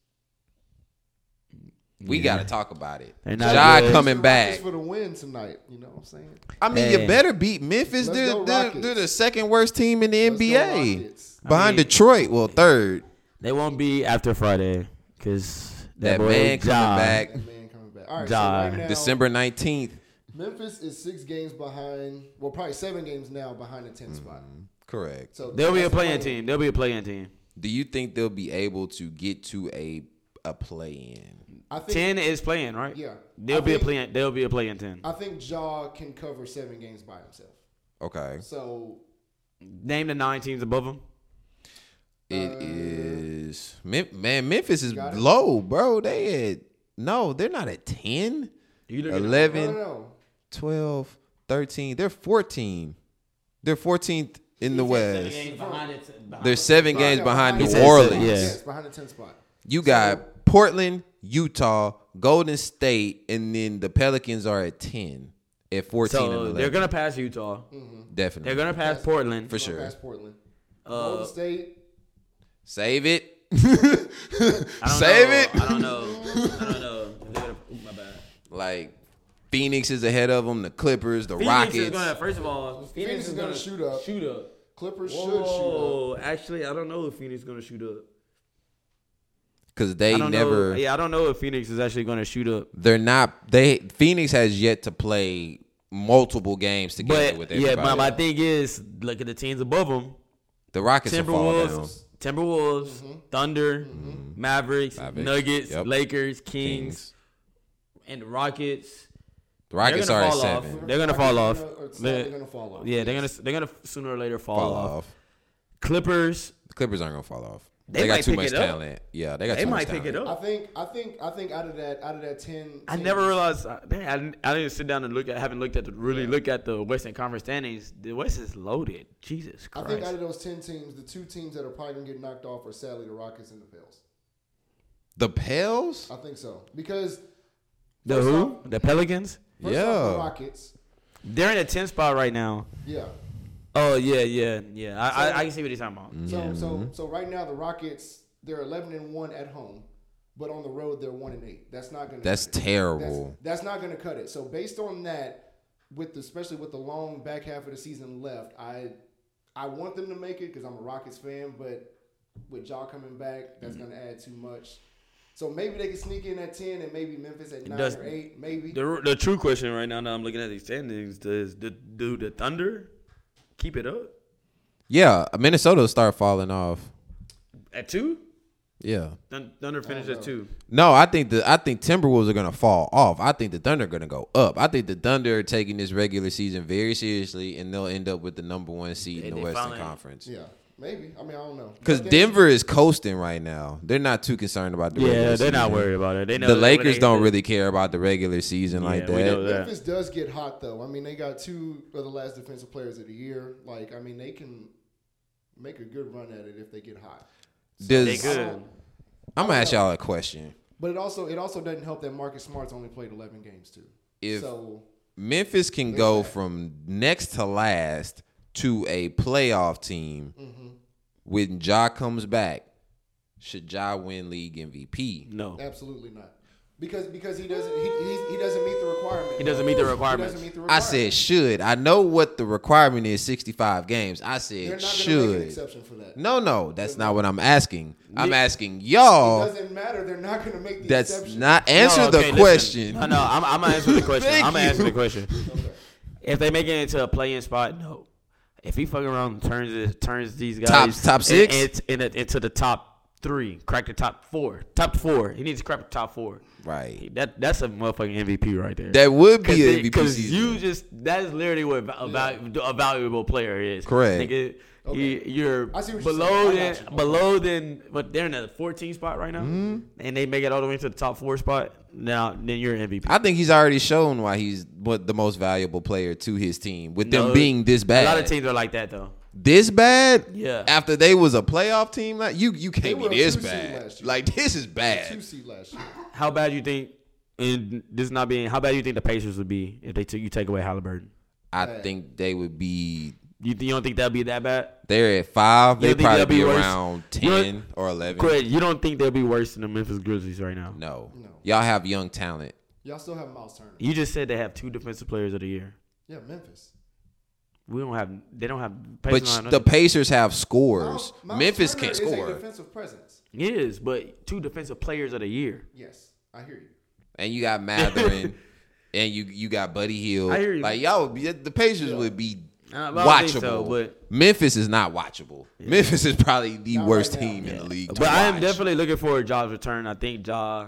[SPEAKER 2] We
[SPEAKER 3] Yeah.
[SPEAKER 2] got to talk about it.
[SPEAKER 3] They're not
[SPEAKER 2] Ja
[SPEAKER 3] good.
[SPEAKER 2] coming
[SPEAKER 1] Rockets
[SPEAKER 2] back.
[SPEAKER 1] for the win tonight. You know what I'm saying?
[SPEAKER 2] I mean, you
[SPEAKER 3] Man.
[SPEAKER 2] better beat Memphis.
[SPEAKER 1] Let's
[SPEAKER 2] They're,
[SPEAKER 1] go
[SPEAKER 2] they're,
[SPEAKER 1] Rockets.
[SPEAKER 2] they're the second worst team in the
[SPEAKER 1] Let's go
[SPEAKER 2] NBA.
[SPEAKER 1] Rockets.
[SPEAKER 2] Behind
[SPEAKER 3] I mean-
[SPEAKER 2] Detroit, well, third.
[SPEAKER 3] They won't be after Friday because
[SPEAKER 2] That,
[SPEAKER 3] that, boy
[SPEAKER 2] man coming
[SPEAKER 3] Ja.
[SPEAKER 2] back
[SPEAKER 1] That man coming back. All right,
[SPEAKER 3] Die.
[SPEAKER 1] so right now,
[SPEAKER 2] December 19th.
[SPEAKER 1] Memphis is six games behind. Well, probably seven games now behind the 10th spot.
[SPEAKER 2] Mm-hmm. Correct.
[SPEAKER 1] So
[SPEAKER 3] They'll be a
[SPEAKER 1] that's
[SPEAKER 3] playing
[SPEAKER 1] playing.
[SPEAKER 3] team. They'll be a playing team.
[SPEAKER 2] Do you think they'll be able to get to a a play in?
[SPEAKER 1] I think
[SPEAKER 3] Ten is playing, right?
[SPEAKER 1] Yeah.
[SPEAKER 3] They'll
[SPEAKER 1] I
[SPEAKER 3] be a
[SPEAKER 1] think-
[SPEAKER 3] playing. They'll be a playing ten.
[SPEAKER 1] I think Jaw can cover seven games by himself.
[SPEAKER 2] Okay.
[SPEAKER 1] So
[SPEAKER 3] Name the nine teams above them.
[SPEAKER 2] It is Mem- man. Memphis is
[SPEAKER 1] Uh, Got it?
[SPEAKER 2] low, bro. They at no, they're not at 10,
[SPEAKER 3] You look at-
[SPEAKER 2] 11,
[SPEAKER 1] I don't know.
[SPEAKER 2] 12, 13. They're 14. They're 14th in the West. They're seven games
[SPEAKER 1] Yeah,
[SPEAKER 2] behind
[SPEAKER 3] He
[SPEAKER 2] New
[SPEAKER 3] said
[SPEAKER 2] Orleans.
[SPEAKER 3] yeah.
[SPEAKER 1] Yes, behind the 10th spot.
[SPEAKER 2] You got Portland, Utah, Golden State, and then the Pelicans are at 10, at 14 and
[SPEAKER 3] So
[SPEAKER 2] 11.
[SPEAKER 3] they're gonna pass Utah.
[SPEAKER 1] Mm.
[SPEAKER 2] Definitely.
[SPEAKER 3] They're gonna pass Portland.
[SPEAKER 2] For
[SPEAKER 1] Going
[SPEAKER 2] sure.
[SPEAKER 1] Past Portland.
[SPEAKER 3] Uh,
[SPEAKER 1] Golden State.
[SPEAKER 2] Save it.
[SPEAKER 3] I don't
[SPEAKER 2] Save
[SPEAKER 3] know.
[SPEAKER 2] it.
[SPEAKER 3] I don't know. I don't know. They're gonna- ooh, my bad.
[SPEAKER 2] Like, Phoenix is ahead of them, the Clippers, the
[SPEAKER 3] Phoenix is
[SPEAKER 2] Rockets.
[SPEAKER 3] gonna. First of all, Phoenix,
[SPEAKER 1] Phoenix
[SPEAKER 3] is
[SPEAKER 1] is gonna
[SPEAKER 3] gonna
[SPEAKER 1] shoot up.
[SPEAKER 3] Shoot up.
[SPEAKER 1] Clippers should shoot up.
[SPEAKER 3] Whoa. Actually, I don't know if Phoenix is gonna shoot up.
[SPEAKER 2] Because they
[SPEAKER 3] I don't
[SPEAKER 2] never.
[SPEAKER 3] Know, yeah, I don't know if Phoenix is actually gonna shoot up.
[SPEAKER 2] They're not. They Phoenix has yet to play multiple games together
[SPEAKER 3] But
[SPEAKER 2] with
[SPEAKER 3] yeah,
[SPEAKER 2] everybody.
[SPEAKER 3] my, my thing is, look at the teams above them:
[SPEAKER 2] the Rockets will fall down.
[SPEAKER 3] Timberwolves, Timberwolves, Thunder, Mm-hmm. Mavericks,
[SPEAKER 2] Mavericks,
[SPEAKER 3] Nuggets,
[SPEAKER 2] yep.
[SPEAKER 3] Lakers, Kings,
[SPEAKER 2] Kings.
[SPEAKER 3] and the Rockets.
[SPEAKER 2] The Rockets
[SPEAKER 3] they're
[SPEAKER 2] are
[SPEAKER 3] gonna
[SPEAKER 2] at
[SPEAKER 3] fall off.
[SPEAKER 2] seven.
[SPEAKER 3] They're gonna fall off.
[SPEAKER 1] Or it's not,
[SPEAKER 3] They're-
[SPEAKER 1] They're gonna fall off.
[SPEAKER 3] yeah, they're gonna they're gonna sooner or later fall,
[SPEAKER 2] Fall
[SPEAKER 3] off.
[SPEAKER 2] off.
[SPEAKER 3] Clippers,
[SPEAKER 2] The Clippers aren't gonna fall off.
[SPEAKER 3] They
[SPEAKER 2] They, got
[SPEAKER 3] might
[SPEAKER 2] too
[SPEAKER 3] pick
[SPEAKER 2] much
[SPEAKER 3] it up.
[SPEAKER 2] talent. Yeah, they got
[SPEAKER 3] they
[SPEAKER 2] too
[SPEAKER 3] might
[SPEAKER 2] much
[SPEAKER 3] pick
[SPEAKER 2] talent.
[SPEAKER 3] it
[SPEAKER 1] I
[SPEAKER 3] up.
[SPEAKER 1] think I think I think out of that out of that ten,
[SPEAKER 3] I
[SPEAKER 1] teams,
[SPEAKER 3] never realized. I, dang, I, didn't- I didn't sit down and look at, haven't looked at, the, really look at the Western Conference standings. The West is loaded. Jesus
[SPEAKER 1] I
[SPEAKER 3] Christ.
[SPEAKER 1] think out of those ten teams, the two teams that are probably gonna get knocked off are sadly the Rockets and the Pels.
[SPEAKER 2] The Pels?
[SPEAKER 1] I think so because
[SPEAKER 3] the
[SPEAKER 1] first
[SPEAKER 3] who?
[SPEAKER 1] off-
[SPEAKER 3] the Pelicans.
[SPEAKER 1] first
[SPEAKER 2] Yeah.
[SPEAKER 1] off, the Rockets.
[SPEAKER 3] They're in a 10th spot right now.
[SPEAKER 1] Yeah.
[SPEAKER 3] Oh yeah, yeah, Mm-hmm. yeah. I,
[SPEAKER 1] So-
[SPEAKER 3] I, I can see what he's talking about.
[SPEAKER 1] So so so right now the Rockets they're eleven and one at home, but on the road they're one and eight. That's not gonna.
[SPEAKER 2] That's
[SPEAKER 1] cut it. That's,
[SPEAKER 2] terrible.
[SPEAKER 1] that's not going to cut it. So based on that, with the, especially with the long back half of the season left, I I want them to make it because I'm a Rockets fan. But with y'all coming back, that's going to add too much. So maybe they can sneak in at ten, and maybe Memphis at nine
[SPEAKER 3] does-
[SPEAKER 1] or eight. Maybe
[SPEAKER 3] The, the true question right now, now I'm looking at these standings, does the, do the Thunder keep it up
[SPEAKER 2] Yeah, Minnesota will start falling off.
[SPEAKER 3] at two?
[SPEAKER 2] Yeah.
[SPEAKER 3] Thun- Thunder finished at two.
[SPEAKER 2] No, I think the I think Timberwolves are gonna fall off. I think the Thunder are gonna go up. I think the Thunder are taking this regular season very seriously, and they'll end up with the number one seed in
[SPEAKER 3] They-
[SPEAKER 2] the
[SPEAKER 3] they
[SPEAKER 2] Western
[SPEAKER 3] finally-
[SPEAKER 2] Conference.
[SPEAKER 1] yeah, maybe. I mean, I don't know.
[SPEAKER 2] Because
[SPEAKER 1] I think-
[SPEAKER 2] Denver is coasting right now. They're not too concerned about the regular
[SPEAKER 3] Yeah, they're
[SPEAKER 2] season.
[SPEAKER 3] not worried about it. They know
[SPEAKER 2] the
[SPEAKER 3] they-
[SPEAKER 2] Lakers
[SPEAKER 3] they-
[SPEAKER 2] don't really care about the regular season like
[SPEAKER 3] Yeah, we know
[SPEAKER 2] that.
[SPEAKER 3] that.
[SPEAKER 1] Memphis does get hot though. I mean, they got two of the last defensive players of the year. Like, I mean, they can make a good run at it if they get hot.
[SPEAKER 3] They
[SPEAKER 2] Does,
[SPEAKER 3] good.
[SPEAKER 2] I'm gonna ask y'all a question.
[SPEAKER 1] But it also it also doesn't help that Marcus Smart's only played eleven games too.
[SPEAKER 2] If-
[SPEAKER 1] so
[SPEAKER 2] Memphis can go from next to last to a playoff team
[SPEAKER 1] Mm-hmm.
[SPEAKER 2] when Ja comes back. Should Ja win league MVP?
[SPEAKER 3] No.
[SPEAKER 1] absolutely not. Because because he doesn't he, he's, he doesn't meet the requirement.
[SPEAKER 3] He doesn't meet the requirements.
[SPEAKER 1] He doesn't meet the
[SPEAKER 2] I
[SPEAKER 1] requirement.
[SPEAKER 2] said should. I know what the requirement is 65 games. I
[SPEAKER 1] they're not
[SPEAKER 2] said
[SPEAKER 1] gonna make an
[SPEAKER 2] should.
[SPEAKER 1] exception for that.
[SPEAKER 2] No, no, that's not what I'm asking. I'm asking y'all.
[SPEAKER 1] It doesn't matter. They're not gonna make the
[SPEAKER 2] That's
[SPEAKER 1] exception.
[SPEAKER 2] not answer
[SPEAKER 3] No, okay,
[SPEAKER 2] the
[SPEAKER 3] listen.
[SPEAKER 2] question.
[SPEAKER 3] No, no, I'm, I'm gonna answer the question.
[SPEAKER 2] Thank
[SPEAKER 3] I'm gonna answer
[SPEAKER 2] you.
[SPEAKER 3] the question. If they make it into a play-in spot, no. If he fucking around and turns it, turns these guys
[SPEAKER 2] Top- top six?
[SPEAKER 3] in, in, in, into the top three, crack the top four, top four. He needs to crack the top four.
[SPEAKER 2] Right.
[SPEAKER 3] That that's a motherfucking MVP right there.
[SPEAKER 2] That would
[SPEAKER 3] Cause,
[SPEAKER 2] be
[SPEAKER 3] they-
[SPEAKER 2] a MVP
[SPEAKER 3] cause
[SPEAKER 2] season.
[SPEAKER 3] you just that is literally what a, val- a valuable player is.
[SPEAKER 2] Correct.
[SPEAKER 3] Nigga, you, you're
[SPEAKER 1] I see what you're saying.
[SPEAKER 3] below
[SPEAKER 1] I
[SPEAKER 3] than
[SPEAKER 1] got you.
[SPEAKER 3] below than but they're in the 14 spot right now,
[SPEAKER 2] Mm-hmm.
[SPEAKER 3] and they make it all the way to the top four spot. Now then you're MVP.
[SPEAKER 2] I think he's already shown why he's what the most valuable player to his team with
[SPEAKER 3] No,
[SPEAKER 2] them being this bad.
[SPEAKER 3] A lot of teams are like that though.
[SPEAKER 2] this bad.
[SPEAKER 3] Yeah.
[SPEAKER 2] After they was a playoff team, like you you can't
[SPEAKER 1] were
[SPEAKER 2] be
[SPEAKER 1] a
[SPEAKER 2] this
[SPEAKER 1] two seed
[SPEAKER 2] bad.
[SPEAKER 1] last year.
[SPEAKER 2] Like this is
[SPEAKER 1] two
[SPEAKER 2] bad.
[SPEAKER 1] seed last year.
[SPEAKER 3] How bad you think? And this not being how bad you think the Pacers would be if they took you take away Halliburton.
[SPEAKER 2] I think they would be
[SPEAKER 3] You, th- you don't think that'll be that bad?
[SPEAKER 2] They're at five.
[SPEAKER 3] You
[SPEAKER 2] They
[SPEAKER 3] don't think
[SPEAKER 2] probably
[SPEAKER 3] they'll
[SPEAKER 2] be,
[SPEAKER 3] be worse?
[SPEAKER 2] around
[SPEAKER 3] You don't-
[SPEAKER 2] ten or eleven.
[SPEAKER 3] Quit. You don't think they'll be worse than the Memphis Grizzlies right now?
[SPEAKER 2] No.
[SPEAKER 1] No.
[SPEAKER 2] y'all have young talent.
[SPEAKER 1] Y'all still have Miles Turner.
[SPEAKER 3] You just said they have two defensive players of the year.
[SPEAKER 1] Yeah, Memphis.
[SPEAKER 3] We don't have. They don't have.
[SPEAKER 2] But
[SPEAKER 3] Pacers don't have
[SPEAKER 2] the
[SPEAKER 3] nothing.
[SPEAKER 2] Pacers have scores.
[SPEAKER 1] Miles- Miles
[SPEAKER 2] Memphis
[SPEAKER 1] Turner
[SPEAKER 2] can't
[SPEAKER 1] is a
[SPEAKER 2] score,
[SPEAKER 1] defensive presence.
[SPEAKER 3] It is, but two defensive players of the year.
[SPEAKER 1] Yes, I hear you.
[SPEAKER 2] and you got Matherin, and you you got Buddy Hill.
[SPEAKER 3] I hear you.
[SPEAKER 2] Like y'all would be the Pacers would be
[SPEAKER 3] Uh, but I don't
[SPEAKER 2] watchable.
[SPEAKER 3] think so, but-
[SPEAKER 2] Memphis is not watchable. Memphis is probably the
[SPEAKER 1] Not
[SPEAKER 2] worst
[SPEAKER 1] right now.
[SPEAKER 2] team in the league.
[SPEAKER 3] But I am
[SPEAKER 2] watch.
[SPEAKER 3] definitely looking forward to Ja's return. I think Ja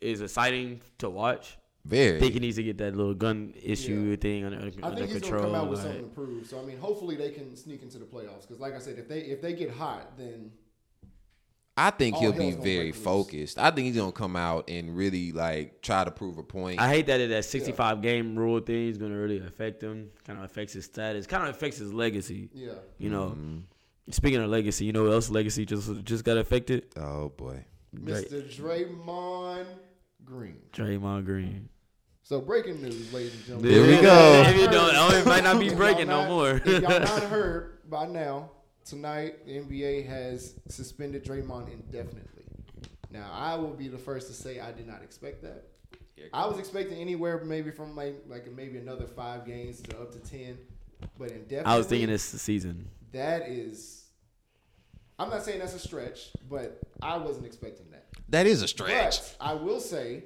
[SPEAKER 3] is exciting to watch. I think
[SPEAKER 2] very.
[SPEAKER 3] he needs to get that little gun issue
[SPEAKER 1] Yeah.
[SPEAKER 3] thing under, under
[SPEAKER 1] I think he's
[SPEAKER 3] control.
[SPEAKER 1] gonna come out with
[SPEAKER 3] like-
[SPEAKER 1] something to prove. So I mean, hopefully they can sneak into the playoffs. Because like I said, if they if they get hot, then
[SPEAKER 2] I think
[SPEAKER 1] All
[SPEAKER 2] he'll
[SPEAKER 1] hell's
[SPEAKER 2] be
[SPEAKER 1] gonna
[SPEAKER 2] very
[SPEAKER 1] break loose.
[SPEAKER 2] focused. I think he's gonna come out and really like try to prove a point.
[SPEAKER 3] I hate that it, that 65 game rule thing is going to really affect him. Kind of affects his status. Kind of affects his legacy.
[SPEAKER 1] yeah,
[SPEAKER 3] You know,
[SPEAKER 1] Mm-hmm.
[SPEAKER 3] speaking of legacy, you know what else legacy just just got affected?
[SPEAKER 2] oh boy.
[SPEAKER 3] Dray-
[SPEAKER 1] Mr. Draymond Green.
[SPEAKER 3] Draymond Green.
[SPEAKER 1] So breaking news, ladies and gentlemen.
[SPEAKER 2] There we
[SPEAKER 1] If
[SPEAKER 2] go.
[SPEAKER 1] y'all not
[SPEAKER 3] If you
[SPEAKER 1] heard-
[SPEAKER 3] don't, oh, it might not be
[SPEAKER 1] if y'all
[SPEAKER 3] breaking no
[SPEAKER 1] not-
[SPEAKER 3] more.
[SPEAKER 1] if y'all not heard by now, tonight the NBA has suspended Draymond indefinitely. Now I will be the first to say I did not expect that. I was expecting anywhere maybe from like like maybe another five games to up to ten, but indefinitely.
[SPEAKER 3] I was thinking this season.
[SPEAKER 1] that is. I'm not saying that's a stretch, but I wasn't expecting that.
[SPEAKER 2] That is a stretch.
[SPEAKER 1] But I will say,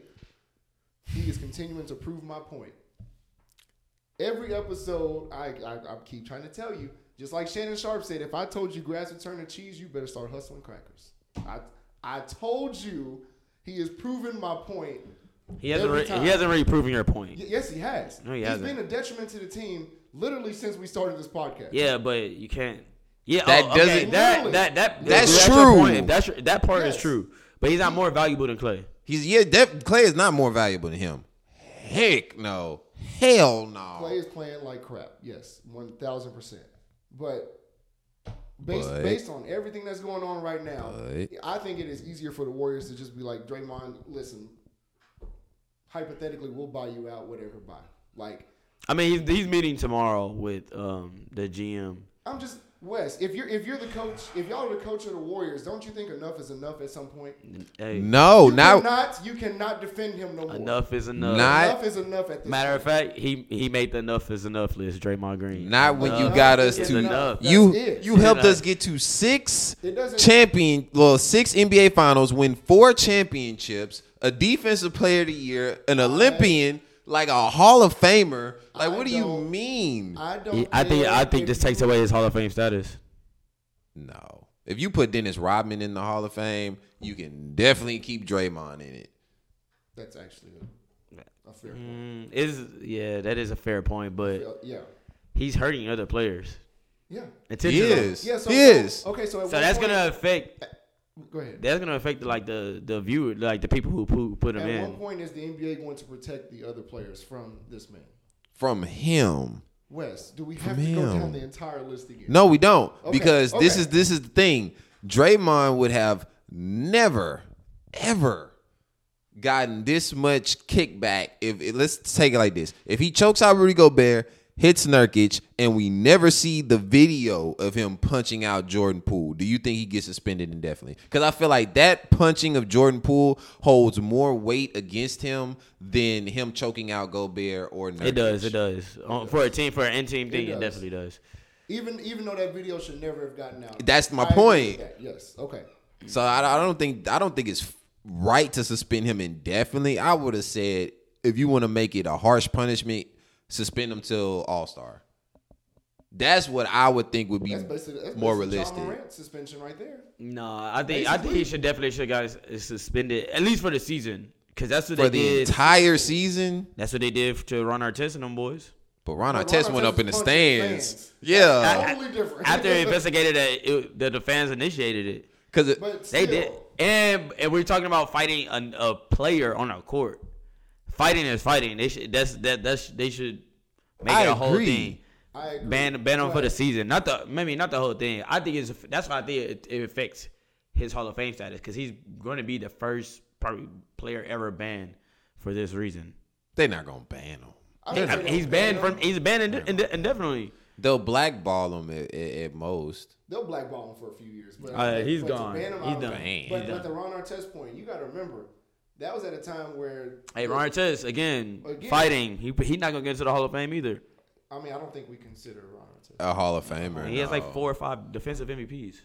[SPEAKER 1] he is continuing to prove my point. Every episode, I, I, I keep trying to tell you, just like Shannon Sharp said, if I told you grass would turn to cheese, you better start hustling crackers. I I told you, he is proving my point.
[SPEAKER 3] He hasn't.
[SPEAKER 1] Every
[SPEAKER 3] Re-
[SPEAKER 1] time.
[SPEAKER 3] he hasn't really proven your point.
[SPEAKER 1] Y- yes, he has.
[SPEAKER 3] No, he
[SPEAKER 1] has
[SPEAKER 3] hasn't.
[SPEAKER 1] been a detriment to the team literally since we started this podcast.
[SPEAKER 3] Yeah, but you can't. Yeah,
[SPEAKER 2] That
[SPEAKER 3] oh, okay,
[SPEAKER 2] doesn't-
[SPEAKER 3] That
[SPEAKER 1] Really?
[SPEAKER 3] that that
[SPEAKER 2] That's
[SPEAKER 3] your
[SPEAKER 2] true.
[SPEAKER 3] point. That's your- that part is
[SPEAKER 1] Yes.
[SPEAKER 3] true. But he's not more valuable than Clay.
[SPEAKER 2] He's yeah. Def, Clay is not more valuable than him. Heck no. Hell no.
[SPEAKER 1] Clay is playing like crap. Yes, one thousand percent. But based
[SPEAKER 2] But-
[SPEAKER 1] based on everything that's going on right now,
[SPEAKER 2] But-
[SPEAKER 1] I think it is easier for the Warriors to just be like Draymond. Listen, hypothetically, we'll buy you out. Whatever, buy. Like
[SPEAKER 3] I mean, he's, he's meeting tomorrow with um the GM.
[SPEAKER 1] I'm just Wes. If you're if you're the coach, if y'all are the coach of the Warriors, don't you think enough is enough at some point?
[SPEAKER 3] Hey,
[SPEAKER 2] No,
[SPEAKER 1] you
[SPEAKER 2] not
[SPEAKER 1] cannot, you cannot defend him no more.
[SPEAKER 3] enough is enough.
[SPEAKER 2] Nah.
[SPEAKER 1] Enough is enough at this point.
[SPEAKER 3] Matter of fact, he he made the enough is enough list. Draymond Green.
[SPEAKER 2] not when you
[SPEAKER 3] Enough
[SPEAKER 2] got us
[SPEAKER 3] is
[SPEAKER 2] to
[SPEAKER 3] enough.
[SPEAKER 2] you.
[SPEAKER 1] That's it.
[SPEAKER 2] You helped
[SPEAKER 3] Yeah.
[SPEAKER 2] us get to six
[SPEAKER 1] It doesn't-
[SPEAKER 2] champion, well, six NBA finals, win four championships, a defensive player of the year, an Olympian, like a Hall of Famer. Like,
[SPEAKER 1] I
[SPEAKER 2] what do you
[SPEAKER 1] don't-
[SPEAKER 2] mean?
[SPEAKER 1] I don't.
[SPEAKER 3] He- I think I think
[SPEAKER 1] if
[SPEAKER 3] this
[SPEAKER 1] you-
[SPEAKER 3] takes away his Hall of Fame status.
[SPEAKER 2] No. If you put Dennis Rodman in the Hall of Fame, you can definitely keep Draymond in it.
[SPEAKER 1] That's actually a, a fair.
[SPEAKER 3] Mm, is yeah, that is a fair point, but
[SPEAKER 1] Yeah,
[SPEAKER 3] he's hurting other players.
[SPEAKER 1] yeah.
[SPEAKER 2] He
[SPEAKER 3] Intentionally.
[SPEAKER 2] is.
[SPEAKER 1] Yeah, so,
[SPEAKER 2] he is.
[SPEAKER 1] Okay, so at
[SPEAKER 3] So
[SPEAKER 1] one
[SPEAKER 3] that's
[SPEAKER 1] point,
[SPEAKER 3] gonna affect
[SPEAKER 1] go ahead.
[SPEAKER 3] that's gonna affect like the the viewer, like the people who put, put him
[SPEAKER 1] At
[SPEAKER 3] in.
[SPEAKER 1] one point, is the NBA going to protect the other players from this man?
[SPEAKER 2] From him.
[SPEAKER 1] Wes, do we have
[SPEAKER 2] From
[SPEAKER 1] to go
[SPEAKER 2] him.
[SPEAKER 1] down the entire list again?
[SPEAKER 2] No, we don't.
[SPEAKER 1] Okay,
[SPEAKER 2] Because this
[SPEAKER 1] okay.
[SPEAKER 2] is this is the thing. Draymond would have never, ever gotten this much kickback. If if- let's take it like this: if he chokes out Rudy Gobert, hits Nurkic, and we never see the video of him punching out Jordan Poole, do you think he gets suspended indefinitely? Because I feel like that punching of Jordan Poole holds more weight against him than him choking out Gobert or Nurkic.
[SPEAKER 3] It does. It does. Um, for a team, for an in-team thing, it,
[SPEAKER 1] does.
[SPEAKER 3] definitely does.
[SPEAKER 1] Even even though that video should never have gotten out.
[SPEAKER 2] That's my
[SPEAKER 1] I agree
[SPEAKER 2] point.
[SPEAKER 1] with that. Yes. Okay.
[SPEAKER 2] So I, I don't think I don't think it's right to suspend him indefinitely. I would have said if you want to make it a harsh punishment, suspend him till All Star. That's what I would think would be
[SPEAKER 1] That's basically that's
[SPEAKER 2] more
[SPEAKER 1] basically John
[SPEAKER 2] realistic.
[SPEAKER 1] Morant suspension right there.
[SPEAKER 3] No, I think I think he should definitely should guys suspended at least for the season because that's what
[SPEAKER 2] For
[SPEAKER 3] they
[SPEAKER 2] the
[SPEAKER 3] did.
[SPEAKER 2] entire season,
[SPEAKER 3] that's what they did to Ron Artest and them boys.
[SPEAKER 2] but Ron
[SPEAKER 1] But
[SPEAKER 2] Artest
[SPEAKER 1] Ron
[SPEAKER 2] went
[SPEAKER 1] Artest
[SPEAKER 2] up in the
[SPEAKER 1] was punching
[SPEAKER 2] stands.
[SPEAKER 1] fans.
[SPEAKER 2] Yeah,
[SPEAKER 1] Totally different.
[SPEAKER 3] After they investigated that, it, that the fans initiated it.
[SPEAKER 2] because
[SPEAKER 1] But still,
[SPEAKER 3] They did, and and we're talking about fighting a, a player on a court. Fighting is fighting. They should that's that that's they should make
[SPEAKER 2] I
[SPEAKER 3] it a whole
[SPEAKER 2] agree.
[SPEAKER 3] thing.
[SPEAKER 1] I agree.
[SPEAKER 3] Ban ban him for
[SPEAKER 1] But
[SPEAKER 3] the season, not the maybe not the whole thing. I think it's that's why I think it, it affects his Hall of Fame status because he's going to be the first probably player ever banned for this reason.
[SPEAKER 2] they're not gonna ban him.
[SPEAKER 1] I
[SPEAKER 3] They-
[SPEAKER 1] would
[SPEAKER 3] I
[SPEAKER 1] say
[SPEAKER 3] mean,
[SPEAKER 1] they
[SPEAKER 3] he's
[SPEAKER 1] don't-
[SPEAKER 3] banned
[SPEAKER 1] they
[SPEAKER 3] from. He's banned inde- inde- indefinitely.
[SPEAKER 2] They'll blackball him at, at, at most.
[SPEAKER 1] They'll blackball him for a few years. But,
[SPEAKER 3] Uh, he's
[SPEAKER 1] but to
[SPEAKER 3] gone.
[SPEAKER 1] ban him
[SPEAKER 3] He's
[SPEAKER 1] out-
[SPEAKER 3] done.
[SPEAKER 2] Banned.
[SPEAKER 1] But,
[SPEAKER 2] He's
[SPEAKER 1] but the Ron Artest point, you got to remember, that was at a time where.
[SPEAKER 3] Hey, Ron Artest again,
[SPEAKER 1] Again.
[SPEAKER 3] fighting. He he's not gonna get into the Hall of Fame either.
[SPEAKER 1] I mean, I don't think we consider Ron Artest.
[SPEAKER 2] A Hall of Famer.
[SPEAKER 3] He has
[SPEAKER 2] no.
[SPEAKER 3] like four or five defensive MVPs.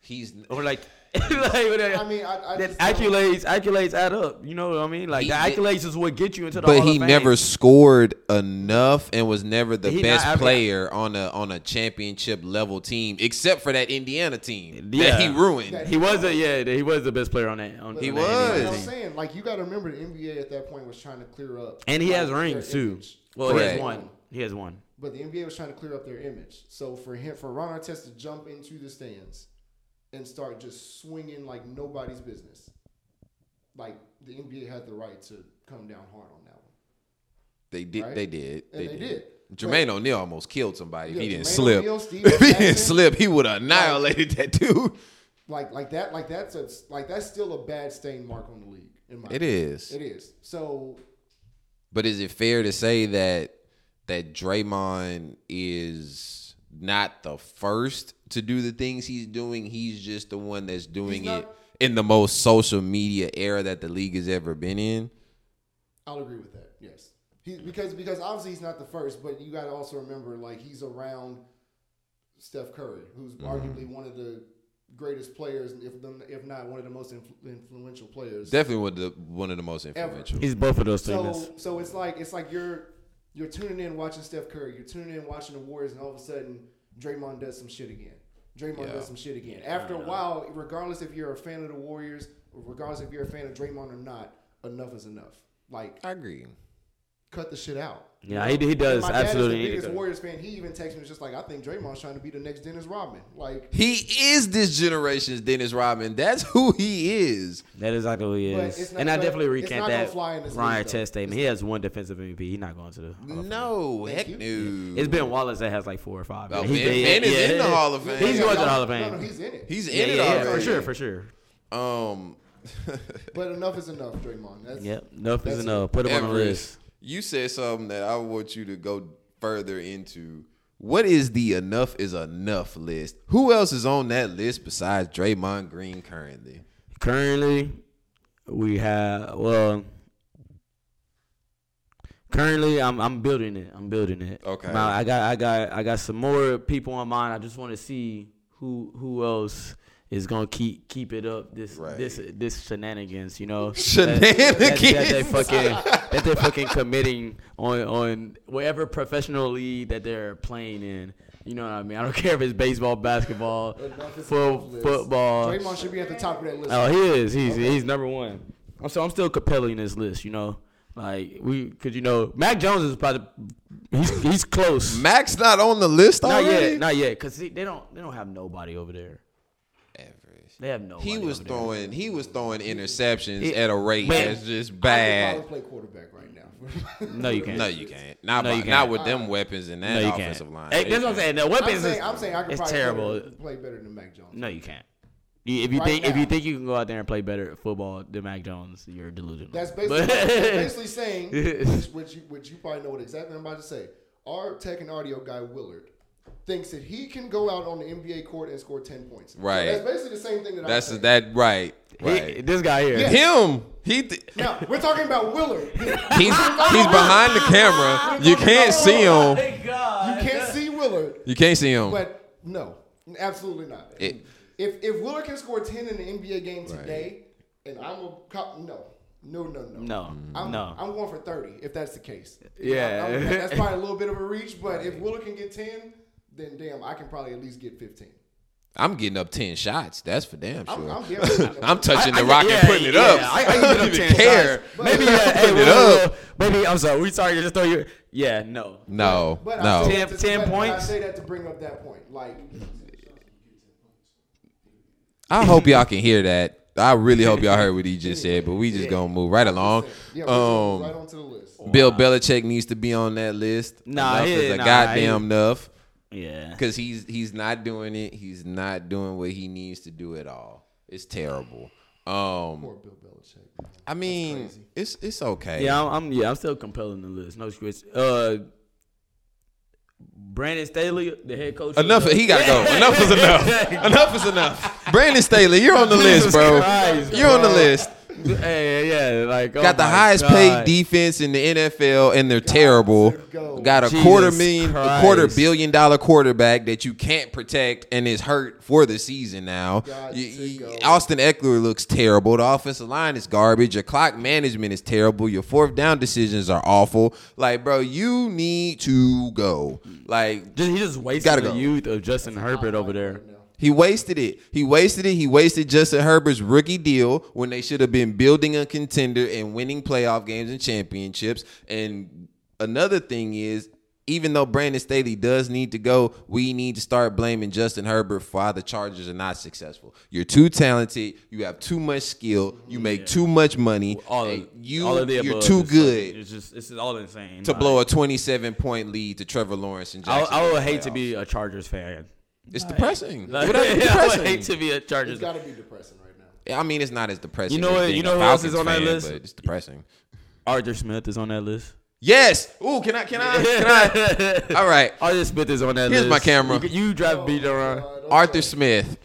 [SPEAKER 2] He's
[SPEAKER 3] Or like, like whatever.
[SPEAKER 1] I mean, I, I
[SPEAKER 3] that
[SPEAKER 1] just don't-
[SPEAKER 3] accolades accolades add up. You know what I mean? Like
[SPEAKER 2] He
[SPEAKER 3] the
[SPEAKER 2] did-
[SPEAKER 3] accolades is what get you into the
[SPEAKER 2] but
[SPEAKER 3] Hall
[SPEAKER 2] he
[SPEAKER 3] of Fame.
[SPEAKER 2] never scored enough and was never the
[SPEAKER 3] He not
[SPEAKER 2] best
[SPEAKER 3] average.
[SPEAKER 2] player on a on a championship level team except for that Indiana team that
[SPEAKER 3] Yeah.
[SPEAKER 2] he ruined.
[SPEAKER 1] That-
[SPEAKER 3] He was a yeah. He was the best player on that. On,
[SPEAKER 2] He
[SPEAKER 1] You
[SPEAKER 3] on that
[SPEAKER 2] was.
[SPEAKER 1] know
[SPEAKER 3] NBA
[SPEAKER 1] what I'm
[SPEAKER 3] team.
[SPEAKER 1] saying? Like, you got to remember the NBA at that point was trying to clear up.
[SPEAKER 3] and he
[SPEAKER 1] like,
[SPEAKER 3] has
[SPEAKER 1] their
[SPEAKER 3] rings too.
[SPEAKER 1] image.
[SPEAKER 3] Well, he
[SPEAKER 2] Correct.
[SPEAKER 3] has one. He has one.
[SPEAKER 1] But the NBA was trying to clear up their image. So for him, for Ron Artest to jump into the stands and start just swinging like nobody's business, like the NBA had the right to come down hard on that one.
[SPEAKER 2] They did.
[SPEAKER 1] Right?
[SPEAKER 2] They did.
[SPEAKER 1] And they did.
[SPEAKER 2] Jermaine O'Neal almost killed somebody. if
[SPEAKER 1] Yeah,
[SPEAKER 2] he didn't
[SPEAKER 1] Jermaine
[SPEAKER 2] slip.
[SPEAKER 1] O'Neal, Steve
[SPEAKER 2] if he didn't
[SPEAKER 1] Jackson.
[SPEAKER 2] slip, he would have annihilated that dude.
[SPEAKER 1] Like like that like that's a like that's still a bad stain mark on the league. In my
[SPEAKER 2] It is.
[SPEAKER 1] It is. So
[SPEAKER 2] But is it fair to say that that Draymond is not the first to do the things he's doing? He's just the one that's doing
[SPEAKER 1] not-
[SPEAKER 2] it in the most social media era that the league has ever been in.
[SPEAKER 1] I'll agree with that. Yes, he because because obviously he's not the first, but you got to also remember like he's around Steph Curry, who's
[SPEAKER 2] Mm-hmm.
[SPEAKER 1] arguably one of the greatest players, if them if not one of the most influ- influential players.
[SPEAKER 2] Definitely one of the, one of the most influential.
[SPEAKER 3] He's both of those things.
[SPEAKER 1] so so it's like it's like you're you're tuning in watching Steph Curry, you're tuning in watching the Warriors, and all of a sudden Draymond does some shit again. Draymond
[SPEAKER 2] Yeah.
[SPEAKER 1] does some shit again. After a while, regardless if you're a fan of the Warriors, or regardless if you're a fan of Draymond or not, enough is enough. Like
[SPEAKER 2] I agree.
[SPEAKER 1] cut the shit out.
[SPEAKER 3] Yeah, he, he does
[SPEAKER 1] my
[SPEAKER 3] absolutely.
[SPEAKER 1] dad is
[SPEAKER 3] need
[SPEAKER 1] the
[SPEAKER 3] to
[SPEAKER 1] biggest
[SPEAKER 3] go.
[SPEAKER 1] Warriors fan. He even texted me just like, I think Draymond's trying to be the next Dennis Rodman. Like,
[SPEAKER 2] He is this generation's Dennis Rodman. That's who he is.
[SPEAKER 3] That is exactly what he
[SPEAKER 1] But
[SPEAKER 3] is.
[SPEAKER 1] it's not
[SPEAKER 3] and I
[SPEAKER 1] gonna-
[SPEAKER 3] definitely
[SPEAKER 1] it's
[SPEAKER 3] recant
[SPEAKER 1] not gonna
[SPEAKER 3] that
[SPEAKER 1] fly in this
[SPEAKER 3] Ryan
[SPEAKER 1] league, though.
[SPEAKER 3] Test statement. He has one defensive MVP. He's not going to the. Hall of Fame.
[SPEAKER 2] No,
[SPEAKER 1] Thank
[SPEAKER 2] heck
[SPEAKER 1] you.
[SPEAKER 2] no.
[SPEAKER 1] Mm.
[SPEAKER 3] It's Ben Wallace that has like four or five.
[SPEAKER 2] Oh,
[SPEAKER 3] He-
[SPEAKER 2] Ben-
[SPEAKER 3] he-
[SPEAKER 2] Ben is in the Hall of Fame.
[SPEAKER 3] He's
[SPEAKER 1] yeah,
[SPEAKER 3] going to
[SPEAKER 1] y'all-
[SPEAKER 3] the Hall of
[SPEAKER 1] no, no,
[SPEAKER 3] Fame.
[SPEAKER 1] he's in it.
[SPEAKER 2] He's in
[SPEAKER 3] Yeah,
[SPEAKER 2] it
[SPEAKER 3] yeah, yeah,
[SPEAKER 2] already.
[SPEAKER 3] for sure, for sure.
[SPEAKER 2] Um,
[SPEAKER 1] but enough is enough, Draymond. That's,
[SPEAKER 3] Yep, enough
[SPEAKER 1] That's
[SPEAKER 3] is enough. Put him on the
[SPEAKER 2] Everest,
[SPEAKER 3] list.
[SPEAKER 2] you said something that I want you to go further into. What is the enough is enough list? Who else is on that list besides Draymond Green currently?
[SPEAKER 3] Currently, we have well. Currently, I'm I'm building it. I'm building it.
[SPEAKER 2] Okay.
[SPEAKER 3] Now, I got I got I got some more people on mine. I just want to see who who else is gonna keep keep it up this
[SPEAKER 2] Right.
[SPEAKER 3] this this shenanigans. You know
[SPEAKER 2] Shenanigans.
[SPEAKER 3] That, that, that they fucking that they fucking committing on on whatever professional league that they're playing in. You know what I mean? I don't care if it's baseball, basketball,
[SPEAKER 1] Enough is
[SPEAKER 3] fo-
[SPEAKER 1] enough list.
[SPEAKER 3] football.
[SPEAKER 1] Draymond should be at the top of that list.
[SPEAKER 3] Oh, he is. He's he's number one. I'm so I'm still compelling this list. You know, like we because you know Mac Jones is probably he's he's close.
[SPEAKER 2] Max not on the list
[SPEAKER 3] not
[SPEAKER 2] already.
[SPEAKER 3] yet, not yet, because they don't they don't have nobody over there.
[SPEAKER 2] Everest.
[SPEAKER 3] They have nobody.
[SPEAKER 2] He was
[SPEAKER 3] over there.
[SPEAKER 2] throwing. He was throwing interceptions
[SPEAKER 3] He-
[SPEAKER 2] at a rate
[SPEAKER 3] Man.
[SPEAKER 2] that's just
[SPEAKER 1] I could
[SPEAKER 2] bad.
[SPEAKER 1] probably play quarterback right now.
[SPEAKER 3] No, you can't.
[SPEAKER 2] No, you can't. Not,
[SPEAKER 3] No,
[SPEAKER 2] by-
[SPEAKER 3] you can't.
[SPEAKER 2] not with them weapons and that
[SPEAKER 3] No, you
[SPEAKER 2] offensive
[SPEAKER 3] can't.
[SPEAKER 2] line.
[SPEAKER 3] Hey, that's what I'm saying. The weapons
[SPEAKER 1] I'm, saying,
[SPEAKER 3] is
[SPEAKER 1] I'm saying I could
[SPEAKER 3] it's
[SPEAKER 1] probably
[SPEAKER 3] terrible.
[SPEAKER 1] Better, play better than Mac Jones.
[SPEAKER 3] No, you can't. You- If you
[SPEAKER 1] Right
[SPEAKER 3] think if
[SPEAKER 1] now.
[SPEAKER 3] you think you can go out there and play better football than Mac Jones, you're delusional.
[SPEAKER 1] That's
[SPEAKER 3] But-
[SPEAKER 1] basically, basically saying, which, which, you, which you probably know what exactly I'm about to say. Our tech and audio guy, Willard, thinks that he can go out on the NBA court and score 10 points. So
[SPEAKER 2] Right.
[SPEAKER 1] that's basically the same thing that
[SPEAKER 2] That's
[SPEAKER 1] I'm saying.
[SPEAKER 2] that right.
[SPEAKER 3] He-
[SPEAKER 2] Right.
[SPEAKER 3] this guy here.
[SPEAKER 2] Him. He. Th-
[SPEAKER 1] Now, we're talking about Willard. You
[SPEAKER 2] He's he's behind the camera. You can't see him.
[SPEAKER 1] can't see Willard,
[SPEAKER 2] You can't see him.
[SPEAKER 1] but no, absolutely not.
[SPEAKER 2] It-
[SPEAKER 1] if if Willard can score 10 in an NBA game today, and I'm a cop, no. No, no, no.
[SPEAKER 3] No,
[SPEAKER 1] I'm,
[SPEAKER 3] no.
[SPEAKER 1] I'm going for 30 if that's the case.
[SPEAKER 3] Yeah.
[SPEAKER 1] I'm- I'm- that's probably a little bit of a reach, but if Willard can get 10, then damn, I can probably at least get 15.
[SPEAKER 2] I'm getting up ten shots. That's for damn sure.
[SPEAKER 1] I'm,
[SPEAKER 2] I'm,
[SPEAKER 1] I'm guaranteed.
[SPEAKER 2] touching
[SPEAKER 3] I-
[SPEAKER 2] the
[SPEAKER 3] I-
[SPEAKER 2] rock
[SPEAKER 3] yeah,
[SPEAKER 2] and putting it
[SPEAKER 3] yeah,
[SPEAKER 2] up.
[SPEAKER 3] I- I can get up
[SPEAKER 2] don't even
[SPEAKER 3] 10
[SPEAKER 2] care.
[SPEAKER 3] Maybe yeah, hey,
[SPEAKER 2] Putting
[SPEAKER 3] wait,
[SPEAKER 2] it
[SPEAKER 3] wait,
[SPEAKER 2] up.
[SPEAKER 3] wait. Maybe I'm sorry. We sorry to just throw you. Yeah, no.
[SPEAKER 2] No,
[SPEAKER 1] But I say
[SPEAKER 2] no.
[SPEAKER 1] that
[SPEAKER 3] Ten-
[SPEAKER 1] to-
[SPEAKER 3] ten
[SPEAKER 1] but I
[SPEAKER 3] points?
[SPEAKER 1] say that to bring up that point. Like,
[SPEAKER 2] I hope y'all can hear that. I really hope y'all heard what he just said, but we just gonna move right along.
[SPEAKER 1] yeah, we're going right
[SPEAKER 2] Um,
[SPEAKER 1] onto the list.
[SPEAKER 2] Bill Belichick needs to be on that list.
[SPEAKER 3] Nah,
[SPEAKER 2] enough
[SPEAKER 3] he-
[SPEAKER 2] is a
[SPEAKER 3] nah,
[SPEAKER 2] goddamn enough
[SPEAKER 3] Yeah.
[SPEAKER 2] because he's he's not doing it. He's not doing what he needs to do at all. It's terrible. Um,
[SPEAKER 1] Poor Bill Belichick. man.
[SPEAKER 2] I mean,
[SPEAKER 1] crazy.
[SPEAKER 2] it's it's okay.
[SPEAKER 3] Yeah, I'm, I'm yeah, I'm still compelling the list. No scripts. Uh, Brandon Staley, the head coach. of
[SPEAKER 2] Enough.
[SPEAKER 3] the-
[SPEAKER 2] He gotta go. Enough is enough. Enough is enough. Brandon Staley, you're on the list,
[SPEAKER 3] Jesus
[SPEAKER 2] bro.
[SPEAKER 3] Christ,
[SPEAKER 2] You're on the
[SPEAKER 3] bro.
[SPEAKER 2] list.
[SPEAKER 3] Hey, yeah, like oh
[SPEAKER 2] Got the
[SPEAKER 3] my
[SPEAKER 2] highest
[SPEAKER 3] God.
[SPEAKER 2] paid defense in the NFL, and they're terrible.
[SPEAKER 1] go.
[SPEAKER 2] Got a
[SPEAKER 3] Jesus
[SPEAKER 2] quarter million, a
[SPEAKER 3] Christ.
[SPEAKER 2] quarter billion dollar quarterback that you can't protect and is hurt for the season now.
[SPEAKER 1] Got
[SPEAKER 2] You-
[SPEAKER 1] to
[SPEAKER 2] you-
[SPEAKER 1] go.
[SPEAKER 2] Austin Eckler looks terrible. The offensive line is garbage. Your clock management is terrible. Your fourth down decisions are awful. Like, bro, you need to go. Like,
[SPEAKER 3] Just, he just wasted
[SPEAKER 2] Gotta
[SPEAKER 3] the
[SPEAKER 2] go.
[SPEAKER 3] youth of Justin Herbert over there.
[SPEAKER 2] He wasted it. He wasted it. He wasted Justin Herbert's rookie deal when they should have been building a contender and winning playoff games and championships. And another thing is, even though Brandon Staley does need to go, we need to start blaming Justin Herbert for why the Chargers are not successful. You're too talented. You have too much skill. You make too much money.
[SPEAKER 3] All
[SPEAKER 2] and
[SPEAKER 3] of
[SPEAKER 2] you,
[SPEAKER 3] all of the
[SPEAKER 2] you're
[SPEAKER 3] above
[SPEAKER 2] too
[SPEAKER 3] is-
[SPEAKER 2] good
[SPEAKER 3] It's just it's all insane
[SPEAKER 2] to
[SPEAKER 3] Like,
[SPEAKER 2] blow a 27 point lead to Trevor Lawrence and
[SPEAKER 3] I,
[SPEAKER 2] Jackson.
[SPEAKER 3] I would hate to be a Chargers fan.
[SPEAKER 2] It's depressing.
[SPEAKER 3] Like,
[SPEAKER 2] What up, it's
[SPEAKER 3] I
[SPEAKER 2] depressing.
[SPEAKER 3] would hate to be a Chargers.
[SPEAKER 1] It's got to be depressing right now.
[SPEAKER 2] I mean, it's not as depressing.
[SPEAKER 3] You know
[SPEAKER 2] as
[SPEAKER 3] what-
[SPEAKER 2] being
[SPEAKER 3] you
[SPEAKER 2] a
[SPEAKER 3] know who else is
[SPEAKER 2] Falcons
[SPEAKER 3] on that
[SPEAKER 2] fan,
[SPEAKER 3] list?
[SPEAKER 2] But it's depressing.
[SPEAKER 3] Arthur Smith is on that list.
[SPEAKER 2] Yes. Ooh, can I? Can I? Can I? All right.
[SPEAKER 3] Arthur Smith is on that
[SPEAKER 2] Here's
[SPEAKER 3] list.
[SPEAKER 2] my camera.
[SPEAKER 3] You, you drive beat around.
[SPEAKER 1] Oh,
[SPEAKER 2] Arthur Smith.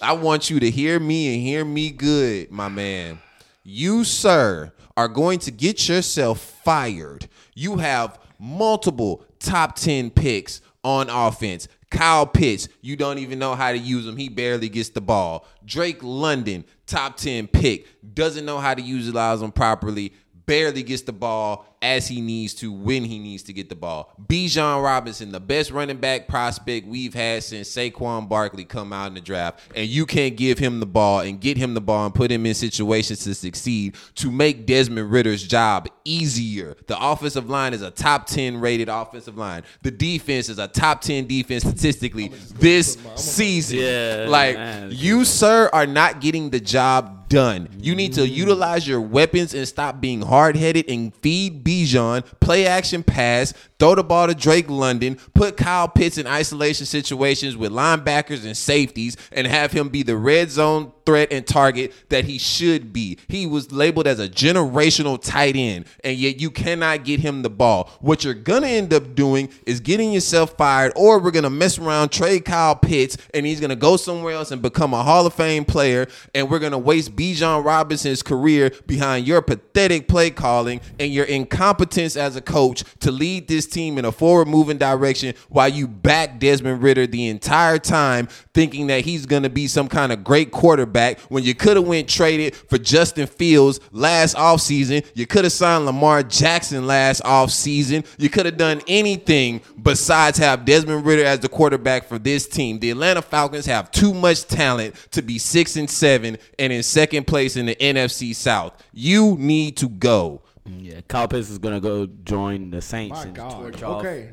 [SPEAKER 2] I want you to hear me and hear me good, my man. You, sir, are going to get yourself fired. You have multiple top 10 picks on offense. Kyle Pitts, you don't even know how to use him. He barely gets the ball. Drake London, top 10 pick, doesn't know how to utilize him properly barely gets the ball as he needs to when he needs to get the ball. Bijan Robinson, the best running back prospect we've had since Saquon Barkley come out in the draft, and you can't give him the ball and get him the ball and put him in situations to succeed to make Desmond Ritter's job easier. The offensive line is a top 10 rated offensive line. The defense is a top 10 defense statistically this season.
[SPEAKER 3] Yeah,
[SPEAKER 2] like
[SPEAKER 3] man.
[SPEAKER 2] you, sir, are not getting the job done. You need to utilize your weapons and stop being hard headed and feed Bijan, play action pass, throw the ball to Drake London, put Kyle Pitts in isolation situations with linebackers and safeties, and have him be the red zone threat and target that he should be. He was labeled as a generational tight end, and yet you cannot get him the ball. What you're gonna end up doing is getting yourself fired, or we're gonna mess around, trade Kyle Pitts, and he's gonna go somewhere else and become a Hall of Fame player, and we're gonna waste Bijan Robinson's career behind your pathetic play calling and your incompetence as a coach to lead this team in a forward moving direction while you back Desmond Ritter the entire time thinking that he's going to be some kind of great quarterback when you could have went traded for Justin Fields last offseason. You could have signed Lamar Jackson last offseason. You could have done anything besides have Desmond Ritter as the quarterback for this team. The Atlanta Falcons have too much talent to be 6 and 7 and in second place in the NFC South. You need to go.
[SPEAKER 3] Yeah, Kyle Pitts is gonna go join the Saints and
[SPEAKER 1] God.
[SPEAKER 3] torch y'all.
[SPEAKER 1] Okay.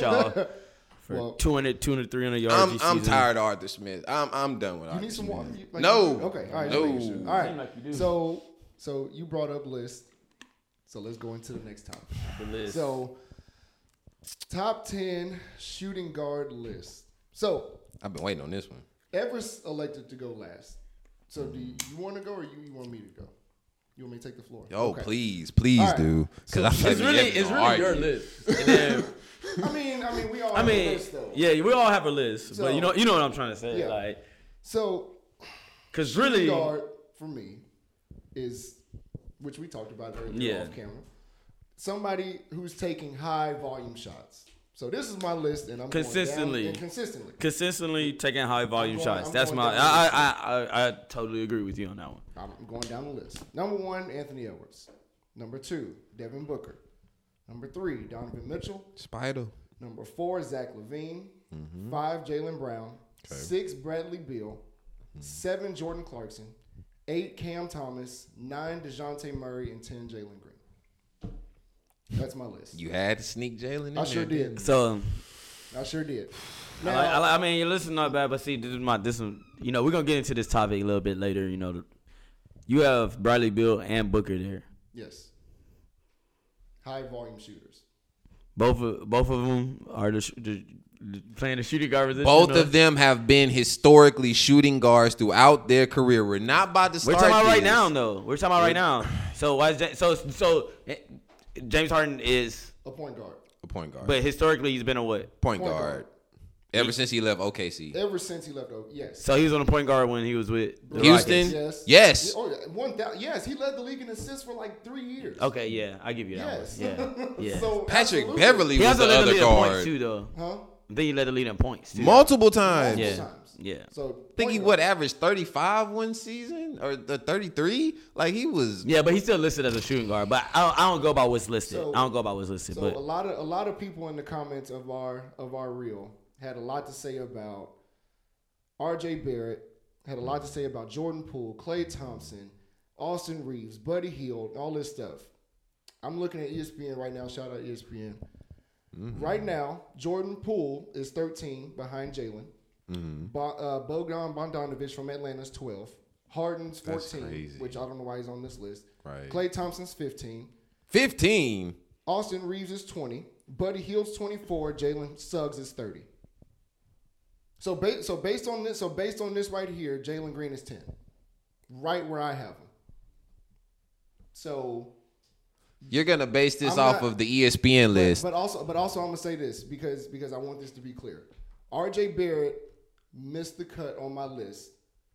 [SPEAKER 3] y'all for
[SPEAKER 1] Well-
[SPEAKER 3] 200, 200, 300 yards.
[SPEAKER 2] I'm,
[SPEAKER 3] each
[SPEAKER 2] I'm
[SPEAKER 3] season.
[SPEAKER 2] tired of Arthur Smith. I'm, I'm done with
[SPEAKER 1] You
[SPEAKER 2] Arthur
[SPEAKER 1] need some
[SPEAKER 2] Smith.
[SPEAKER 1] water. You- like-
[SPEAKER 2] No.
[SPEAKER 1] Okay. All right.
[SPEAKER 2] No.
[SPEAKER 1] just making sure. All right. So, so you brought up list. So let's go into the next topic.
[SPEAKER 3] The list.
[SPEAKER 1] So, top ten shooting guard list. So
[SPEAKER 2] I've been waiting on this one.
[SPEAKER 1] Everest elected to go last. So do you, you want to go or you, you want me to go? You want me to take the floor?
[SPEAKER 2] Oh,
[SPEAKER 1] Okay.
[SPEAKER 2] please, please
[SPEAKER 1] All right.
[SPEAKER 2] do. Because
[SPEAKER 1] So
[SPEAKER 2] I feel
[SPEAKER 3] it's
[SPEAKER 2] like
[SPEAKER 3] really,
[SPEAKER 2] Evan's
[SPEAKER 3] it's
[SPEAKER 2] gonna
[SPEAKER 3] really your
[SPEAKER 2] argue.
[SPEAKER 3] list. And then,
[SPEAKER 1] I mean, I mean, we all.
[SPEAKER 3] I
[SPEAKER 1] have a
[SPEAKER 3] mean,
[SPEAKER 1] list, though.
[SPEAKER 3] yeah, we all have a list, but you know, you know what I'm trying to say,
[SPEAKER 1] Yeah.
[SPEAKER 3] like,
[SPEAKER 1] So
[SPEAKER 3] cause
[SPEAKER 1] shooting
[SPEAKER 3] really,
[SPEAKER 1] guard for me is, which we talked about earlier
[SPEAKER 3] Yeah.
[SPEAKER 1] off camera, somebody who's taking high volume shots. So this is my list, and I'm going down
[SPEAKER 3] Consistently.
[SPEAKER 1] and consistently.
[SPEAKER 3] consistently taking high volume
[SPEAKER 1] I'm going-
[SPEAKER 3] shots.
[SPEAKER 1] I'm
[SPEAKER 3] That's
[SPEAKER 1] going
[SPEAKER 3] my,
[SPEAKER 1] down
[SPEAKER 3] I, I, I, I, I totally agree with you on that one.
[SPEAKER 1] I'm going down the list. Number one, Anthony Edwards. Number two, Devin Booker. Number three, Donovan Mitchell.
[SPEAKER 2] Spider.
[SPEAKER 1] Number four, Zach Levine.
[SPEAKER 3] Mm-hmm.
[SPEAKER 1] Five, Jalen Brown. Six, Bradley Beal.
[SPEAKER 3] Mm-hmm.
[SPEAKER 1] Seven, Jordan Clarkson. Eight, Cam Thomas. Nine, Dejounte Murray, and ten, Jalen Green. That's my list.
[SPEAKER 2] You had to sneak Jalen in
[SPEAKER 1] I sure
[SPEAKER 2] there.
[SPEAKER 1] did.
[SPEAKER 3] So,
[SPEAKER 1] I sure did.
[SPEAKER 3] I,
[SPEAKER 1] Now,
[SPEAKER 3] like- I, like- I mean, your list is not bad, but see, this is my, this one, you know, we're gonna get into this topic a little bit later. You know, you have Bradley Bill and Booker there.
[SPEAKER 1] yes, high volume shooters.
[SPEAKER 3] Both of both of them are the, sh- the playing the shooting guard position.
[SPEAKER 2] Both
[SPEAKER 3] or-
[SPEAKER 2] of them have been historically shooting guards throughout their career. We're not about to
[SPEAKER 3] We're
[SPEAKER 2] start.
[SPEAKER 3] talking about right
[SPEAKER 2] this.
[SPEAKER 3] now, though. We're talking about right now. So why is Ja- so so eh, James Harden is,
[SPEAKER 1] A point guard.
[SPEAKER 2] A point guard.
[SPEAKER 3] but historically he's been a what?
[SPEAKER 2] point
[SPEAKER 1] Point
[SPEAKER 2] guard.
[SPEAKER 1] guard.
[SPEAKER 2] Ever since he left OKC,
[SPEAKER 1] Ever since he left, over, yes.
[SPEAKER 3] So he was on the point guard when he was with the
[SPEAKER 2] Houston.
[SPEAKER 1] Yes.
[SPEAKER 3] Rockets.
[SPEAKER 2] Yes.
[SPEAKER 1] Oh, yeah. One thou- yes, he led the league in assists for like three years.
[SPEAKER 3] Okay, yeah, I give you that
[SPEAKER 1] Yes.
[SPEAKER 3] one. Yeah, yeah.
[SPEAKER 1] so
[SPEAKER 2] Patrick
[SPEAKER 1] absolutely.
[SPEAKER 2] Beverly
[SPEAKER 3] he
[SPEAKER 2] was
[SPEAKER 3] also
[SPEAKER 2] the
[SPEAKER 3] led the
[SPEAKER 2] other
[SPEAKER 3] lead in points
[SPEAKER 2] guard.
[SPEAKER 3] too, though.
[SPEAKER 1] Huh?
[SPEAKER 3] Then he led the lead in points too.
[SPEAKER 2] Multiple times.
[SPEAKER 3] Yeah.
[SPEAKER 1] Times.
[SPEAKER 3] Yeah.
[SPEAKER 1] So
[SPEAKER 2] I think he
[SPEAKER 1] point
[SPEAKER 2] what averaged 35 one season or the 33? Like he was
[SPEAKER 3] Yeah, but he's still listed as a shooting guard. But I don't, I don't go by what's listed.
[SPEAKER 1] So-
[SPEAKER 3] I don't go by what's listed.
[SPEAKER 1] So a
[SPEAKER 3] but
[SPEAKER 1] lot of a lot of people in the comments of our of our reel had a lot to say about R.J. Barrett, had a lot to say about Jordan Poole, Clay Thompson, Austin Reeves, Buddy Hield, all this stuff. I'm looking at E ESPN right now. Shout out E ESPN.
[SPEAKER 2] Mm-hmm.
[SPEAKER 1] Right now, Jordan Poole is 13 behind Jalen.
[SPEAKER 2] Mm-hmm.
[SPEAKER 1] Bo- uh, Bogdan Bogdanovich from Atlanta's 12. Harden's 14,
[SPEAKER 2] crazy.
[SPEAKER 1] which I don't know why he's on this list.
[SPEAKER 2] Right.
[SPEAKER 1] Clay Thompson's 15.
[SPEAKER 2] 15.
[SPEAKER 1] Austin Reeves is 20. Buddy Hield's 24. Jalen Suggs is 30. So, ba- so based on this, so based on this right here, Jalen Green is 10. Right where I have him. So,
[SPEAKER 2] You're going to base this
[SPEAKER 1] I'm
[SPEAKER 2] off
[SPEAKER 1] not-
[SPEAKER 2] of the E ESPN list.
[SPEAKER 1] but also, but also, I'm gonna say this because because I want this to be clear. R.J. Barrett missed the cut on my list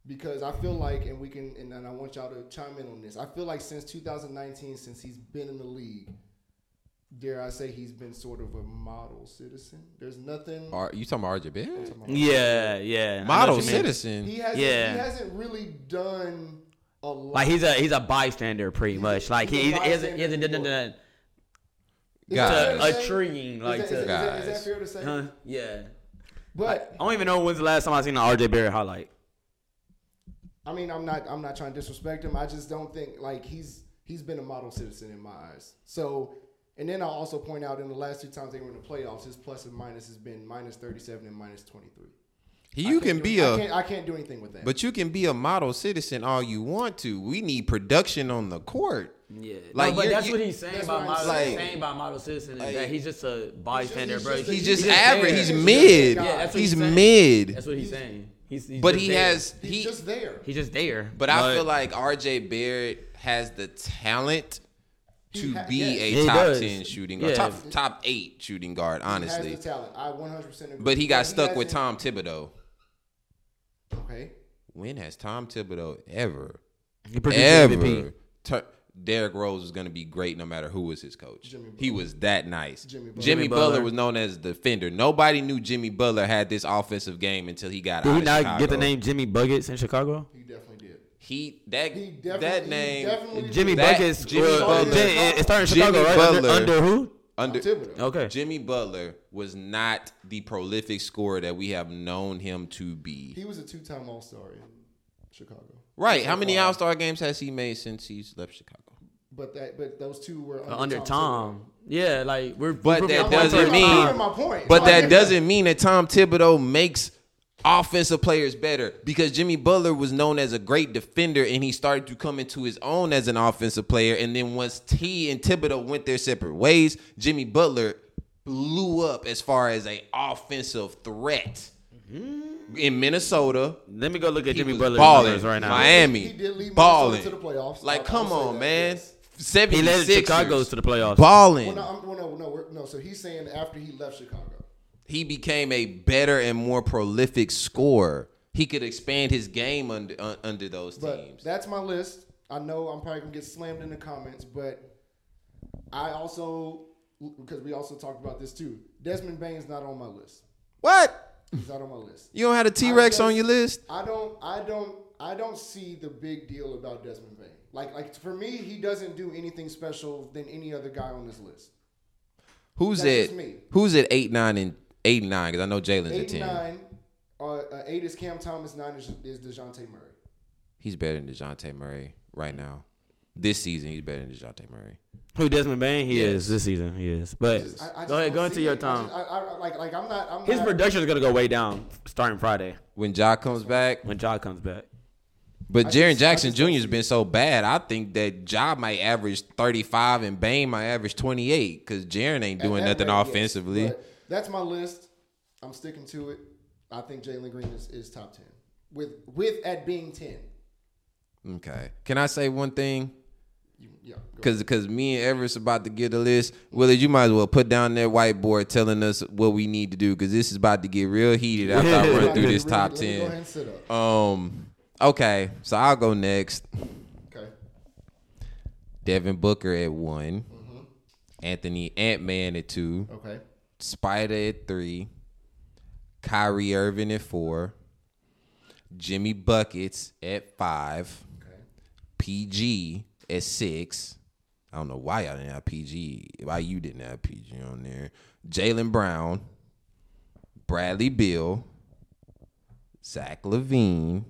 [SPEAKER 1] because I feel like, and we can, and, and I want y'all to chime in on this. I feel like since 2019, since he's been in the league, dare I say, he's been sort of a model citizen. There's nothing.
[SPEAKER 2] Are you talking about RJ Barrett?
[SPEAKER 3] yeah, yeah, I know
[SPEAKER 2] Model
[SPEAKER 3] what you mean.
[SPEAKER 2] citizen.
[SPEAKER 1] He hasn't.
[SPEAKER 3] Yeah.
[SPEAKER 1] He hasn't really done a lot.
[SPEAKER 3] Like he's a he's a bystander pretty much. Like he, he
[SPEAKER 1] he's a
[SPEAKER 3] hasn't he hasn't
[SPEAKER 1] bystander
[SPEAKER 3] done nothing
[SPEAKER 1] Is that
[SPEAKER 2] God.
[SPEAKER 1] fair to
[SPEAKER 3] to
[SPEAKER 1] say?
[SPEAKER 3] intriguing
[SPEAKER 1] Is that-
[SPEAKER 3] like
[SPEAKER 1] is that- is
[SPEAKER 3] to.
[SPEAKER 1] that- is that
[SPEAKER 2] Guys.
[SPEAKER 1] fair to say?
[SPEAKER 3] Huh? Yeah.
[SPEAKER 1] But
[SPEAKER 3] I don't even know when's the last time I seen an RJ Barrett highlight.
[SPEAKER 1] I mean, I'm not I'm not trying to disrespect him. I just don't think like he's he's been a model citizen in my eyes. So, and then I'll also point out in the last two times they were in the playoffs, his plus and minus has been minus 37 and minus 23. I
[SPEAKER 2] You
[SPEAKER 1] can't
[SPEAKER 2] can
[SPEAKER 1] do-
[SPEAKER 2] be
[SPEAKER 1] I
[SPEAKER 2] a
[SPEAKER 1] can't, I can't do anything with that.
[SPEAKER 2] but you can be a model citizen all you want to. We need production on the court.
[SPEAKER 3] Yeah,
[SPEAKER 2] Like,
[SPEAKER 3] but
[SPEAKER 2] you're-
[SPEAKER 3] that's
[SPEAKER 2] you-
[SPEAKER 3] what he's saying
[SPEAKER 1] that's
[SPEAKER 3] by
[SPEAKER 1] what I'm
[SPEAKER 3] model.
[SPEAKER 2] saying.
[SPEAKER 3] saying by model citizen is
[SPEAKER 2] Like-
[SPEAKER 3] that he's just a bystander,
[SPEAKER 1] he's
[SPEAKER 3] bro.
[SPEAKER 1] just a-
[SPEAKER 2] He's just
[SPEAKER 1] He's just
[SPEAKER 2] average.
[SPEAKER 1] there.
[SPEAKER 2] He's
[SPEAKER 1] He's just
[SPEAKER 2] mid.
[SPEAKER 1] there. Yeah,
[SPEAKER 3] that's what
[SPEAKER 2] he's
[SPEAKER 3] he's saying.
[SPEAKER 2] mid.
[SPEAKER 3] That's what he's saying. He's, he's
[SPEAKER 2] But
[SPEAKER 3] just
[SPEAKER 2] he
[SPEAKER 3] there.
[SPEAKER 2] has
[SPEAKER 1] he's
[SPEAKER 2] he
[SPEAKER 1] just there.
[SPEAKER 3] he's just there.
[SPEAKER 2] But I feel like RJ Barrett has the talent to
[SPEAKER 1] ha-
[SPEAKER 2] be
[SPEAKER 1] yes.
[SPEAKER 2] a
[SPEAKER 3] He
[SPEAKER 2] top
[SPEAKER 3] does.
[SPEAKER 2] ten shooting guard,
[SPEAKER 3] Yeah.
[SPEAKER 2] top top eight shooting guard,
[SPEAKER 1] He has
[SPEAKER 2] honestly.
[SPEAKER 1] the talent. I 100% agree.
[SPEAKER 2] But he got stuck with
[SPEAKER 1] hasn't-
[SPEAKER 2] Tom Thibodeau.
[SPEAKER 1] Okay.
[SPEAKER 2] When has Tom Thibodeau ever
[SPEAKER 3] he produced MVP.
[SPEAKER 2] ever tur Derrick Rose was going to be great no matter who was his coach.
[SPEAKER 1] Jimmy
[SPEAKER 2] he was that nice.
[SPEAKER 1] Jimmy
[SPEAKER 2] Jimmy
[SPEAKER 1] Butler.
[SPEAKER 2] Butler,
[SPEAKER 3] Jimmy Butler.
[SPEAKER 2] was known as the defender. Nobody knew Jimmy Butler had this offensive game until he got
[SPEAKER 3] Did
[SPEAKER 2] out
[SPEAKER 3] he
[SPEAKER 2] of
[SPEAKER 3] not
[SPEAKER 2] Chicago.
[SPEAKER 3] get the name Jimmy Buckets in Chicago?
[SPEAKER 1] He definitely did.
[SPEAKER 2] He that
[SPEAKER 1] He definitely
[SPEAKER 2] that
[SPEAKER 1] He
[SPEAKER 2] name
[SPEAKER 1] definitely
[SPEAKER 3] Jimmy
[SPEAKER 2] That-
[SPEAKER 3] Buckets.
[SPEAKER 2] Jimmy
[SPEAKER 3] well,
[SPEAKER 1] Butler.
[SPEAKER 3] Jim- it, it started in
[SPEAKER 2] Jimmy
[SPEAKER 3] Chicago, right? Under,
[SPEAKER 2] Butler.
[SPEAKER 3] under who?
[SPEAKER 2] under Oh.
[SPEAKER 1] Thibodeau.
[SPEAKER 3] Okay.
[SPEAKER 2] Jimmy Butler was not the prolific scorer that we have known him to be.
[SPEAKER 1] He was a two-time All-Star in Chicago.
[SPEAKER 2] Right. How many All Star games has he made since he's left Chicago?
[SPEAKER 1] But that but those two were under,
[SPEAKER 3] Under
[SPEAKER 1] Tom.
[SPEAKER 3] Tom. Yeah, like we're.
[SPEAKER 2] But
[SPEAKER 3] we're
[SPEAKER 2] that
[SPEAKER 3] proving-
[SPEAKER 2] doesn't
[SPEAKER 3] we're proving-
[SPEAKER 2] mean-
[SPEAKER 1] That's my point.
[SPEAKER 2] But
[SPEAKER 1] Like,
[SPEAKER 2] that doesn't mean that Tom Thibodeau makes offensive players better because Jimmy Butler was known as a great defender and he started to come into his own as an offensive player. And then once T and Thibodeau went their separate ways, Jimmy Butler blew up as far as a offensive threat
[SPEAKER 1] Mm-hmm.
[SPEAKER 2] in Minnesota.
[SPEAKER 3] Let me go look at
[SPEAKER 2] He
[SPEAKER 3] Jimmy
[SPEAKER 2] was
[SPEAKER 3] Butler's
[SPEAKER 2] balling.
[SPEAKER 3] numbers right now.
[SPEAKER 1] He
[SPEAKER 2] Miami
[SPEAKER 1] did lead Minnesota
[SPEAKER 2] balling
[SPEAKER 1] to the playoffs.
[SPEAKER 2] Like,
[SPEAKER 1] I'll-
[SPEAKER 2] come
[SPEAKER 1] I'll say
[SPEAKER 2] on,
[SPEAKER 1] that,
[SPEAKER 2] man.
[SPEAKER 1] yes.
[SPEAKER 3] He
[SPEAKER 2] 76
[SPEAKER 3] led Chicago's to the playoffs.
[SPEAKER 2] balling.
[SPEAKER 1] Well, no, I'm, well, no, no, we're, no. So he's saying after he left Chicago.
[SPEAKER 2] he became a better and more prolific scorer. He could expand his game under un, under those
[SPEAKER 1] But
[SPEAKER 2] teams.
[SPEAKER 1] that's my list. I know I'm probably gonna get slammed in the comments, but I also because we also talked about this too. Desmond Bain's not on my list.
[SPEAKER 2] what?
[SPEAKER 1] He's not on my list.
[SPEAKER 2] You don't have a T Rex
[SPEAKER 1] guess-
[SPEAKER 2] on your list?
[SPEAKER 1] I don't. I don't. I don't see the big deal about Desmond Bain. Like, like for me, he doesn't do anything special than any other guy on this list.
[SPEAKER 2] Who's
[SPEAKER 1] that's
[SPEAKER 2] at
[SPEAKER 1] just me.
[SPEAKER 2] Who's at eight nine and eight and nine? Because I know Jalen's at
[SPEAKER 1] Eight and
[SPEAKER 2] ten.
[SPEAKER 1] nine. Uh, uh, eight is Cam Thomas. Nine is, is Dejounte Murray.
[SPEAKER 2] He's better than Dejounte Murray right now. This season, he's better than Dejounte Murray.
[SPEAKER 3] Who Desmond Bain? He is this season. He is. But
[SPEAKER 1] I- I just
[SPEAKER 3] go ahead, go
[SPEAKER 1] don't
[SPEAKER 3] into
[SPEAKER 1] see
[SPEAKER 3] your
[SPEAKER 1] it. I
[SPEAKER 3] time.
[SPEAKER 1] just- I, I, like, like I'm not. I'm
[SPEAKER 3] His
[SPEAKER 1] not,
[SPEAKER 3] production is gonna go way down starting Friday
[SPEAKER 2] When Ja comes back,
[SPEAKER 3] when Ja comes back.
[SPEAKER 2] but
[SPEAKER 1] I
[SPEAKER 2] Jaron
[SPEAKER 1] just- I
[SPEAKER 2] Jackson
[SPEAKER 1] just don't
[SPEAKER 2] Jr. has been so bad. I think that Ja might average thirty five and Bane might average twenty eight because Jaron ain't
[SPEAKER 1] at
[SPEAKER 2] doing
[SPEAKER 1] that
[SPEAKER 2] nothing
[SPEAKER 1] rate, yes,
[SPEAKER 2] offensively.
[SPEAKER 1] but that's my list. i I'm sticking to it. I think Jalen Green is, is top ten. With with at being ten.
[SPEAKER 2] Okay. Can I say one thing?
[SPEAKER 1] You, yeah. go.
[SPEAKER 2] Cause, Cause me and Everett's about to get a list. Willie, you might as well put down that whiteboard telling us what we need to do because this is about to get real heated after I run through this
[SPEAKER 1] Let me-
[SPEAKER 2] top
[SPEAKER 1] let me Go ahead
[SPEAKER 2] ten.
[SPEAKER 1] and sit up.
[SPEAKER 2] Um okay, so I'll go next.
[SPEAKER 1] Okay.
[SPEAKER 2] Devin Booker at one.
[SPEAKER 1] Mm-hmm.
[SPEAKER 2] Anthony Ant Man at two.
[SPEAKER 1] Okay.
[SPEAKER 2] Spider at three, Kyrie Irving at four, Jimmy Buckets at five,
[SPEAKER 1] Okay.
[SPEAKER 2] PG at six. I don't know why y'all didn't have PG. Why you didn't have PG on there? Jalen Brown, Bradley Bill, Zach Levine,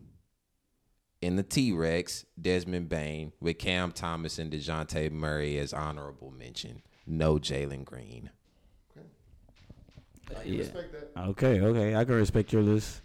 [SPEAKER 2] and the T Rex, Desmond Bain, with Cam Thomas and DeJounte Murray as honorable mention. No Jalen Green.
[SPEAKER 1] Okay. I can
[SPEAKER 3] Yeah.
[SPEAKER 1] respect that.
[SPEAKER 3] Okay, okay, I can respect your list.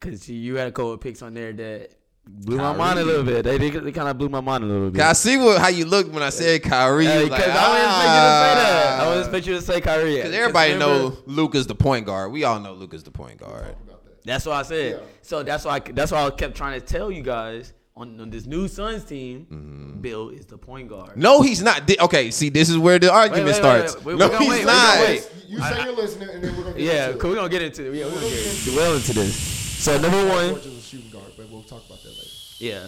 [SPEAKER 3] Cause you- you had a couple of picks on there that blew my mind a little bit. They, they, kind of blew my mind a little bit.
[SPEAKER 2] Cause I see what, how you looked when I said Kyrie.
[SPEAKER 3] Hey,
[SPEAKER 2] you was
[SPEAKER 3] 'cause
[SPEAKER 2] like,
[SPEAKER 3] I wouldn't expect you to say that. I
[SPEAKER 2] "Ah."
[SPEAKER 3] wouldn't expect you to say Kyrie.
[SPEAKER 2] Cause everybody know
[SPEAKER 3] remember-
[SPEAKER 2] Luca's the point guard. We all know Luca's the point guard.
[SPEAKER 1] Talk about that.
[SPEAKER 3] That's what I said.
[SPEAKER 1] Yeah.
[SPEAKER 3] So that's why I, that's why I kept trying to tell you guys on, on this new Suns team,
[SPEAKER 2] Mm-hmm.
[SPEAKER 3] Bill is the point guard.
[SPEAKER 2] No, he's not. Di- okay, see, this is where the argument
[SPEAKER 3] wait, wait,
[SPEAKER 2] starts.
[SPEAKER 3] wait. We-
[SPEAKER 2] no,
[SPEAKER 3] we gonna
[SPEAKER 2] he's
[SPEAKER 3] wait, we
[SPEAKER 2] not.
[SPEAKER 3] gonna wait.
[SPEAKER 1] You you say you're listening, and then we're gonna get
[SPEAKER 3] Yeah,
[SPEAKER 1] into
[SPEAKER 3] cause
[SPEAKER 1] it.
[SPEAKER 3] we're gonna get into it. Yeah, we're gonna get well into this. So number one,
[SPEAKER 1] George is a shooting guard, but we'll talk about that later.
[SPEAKER 3] yeah,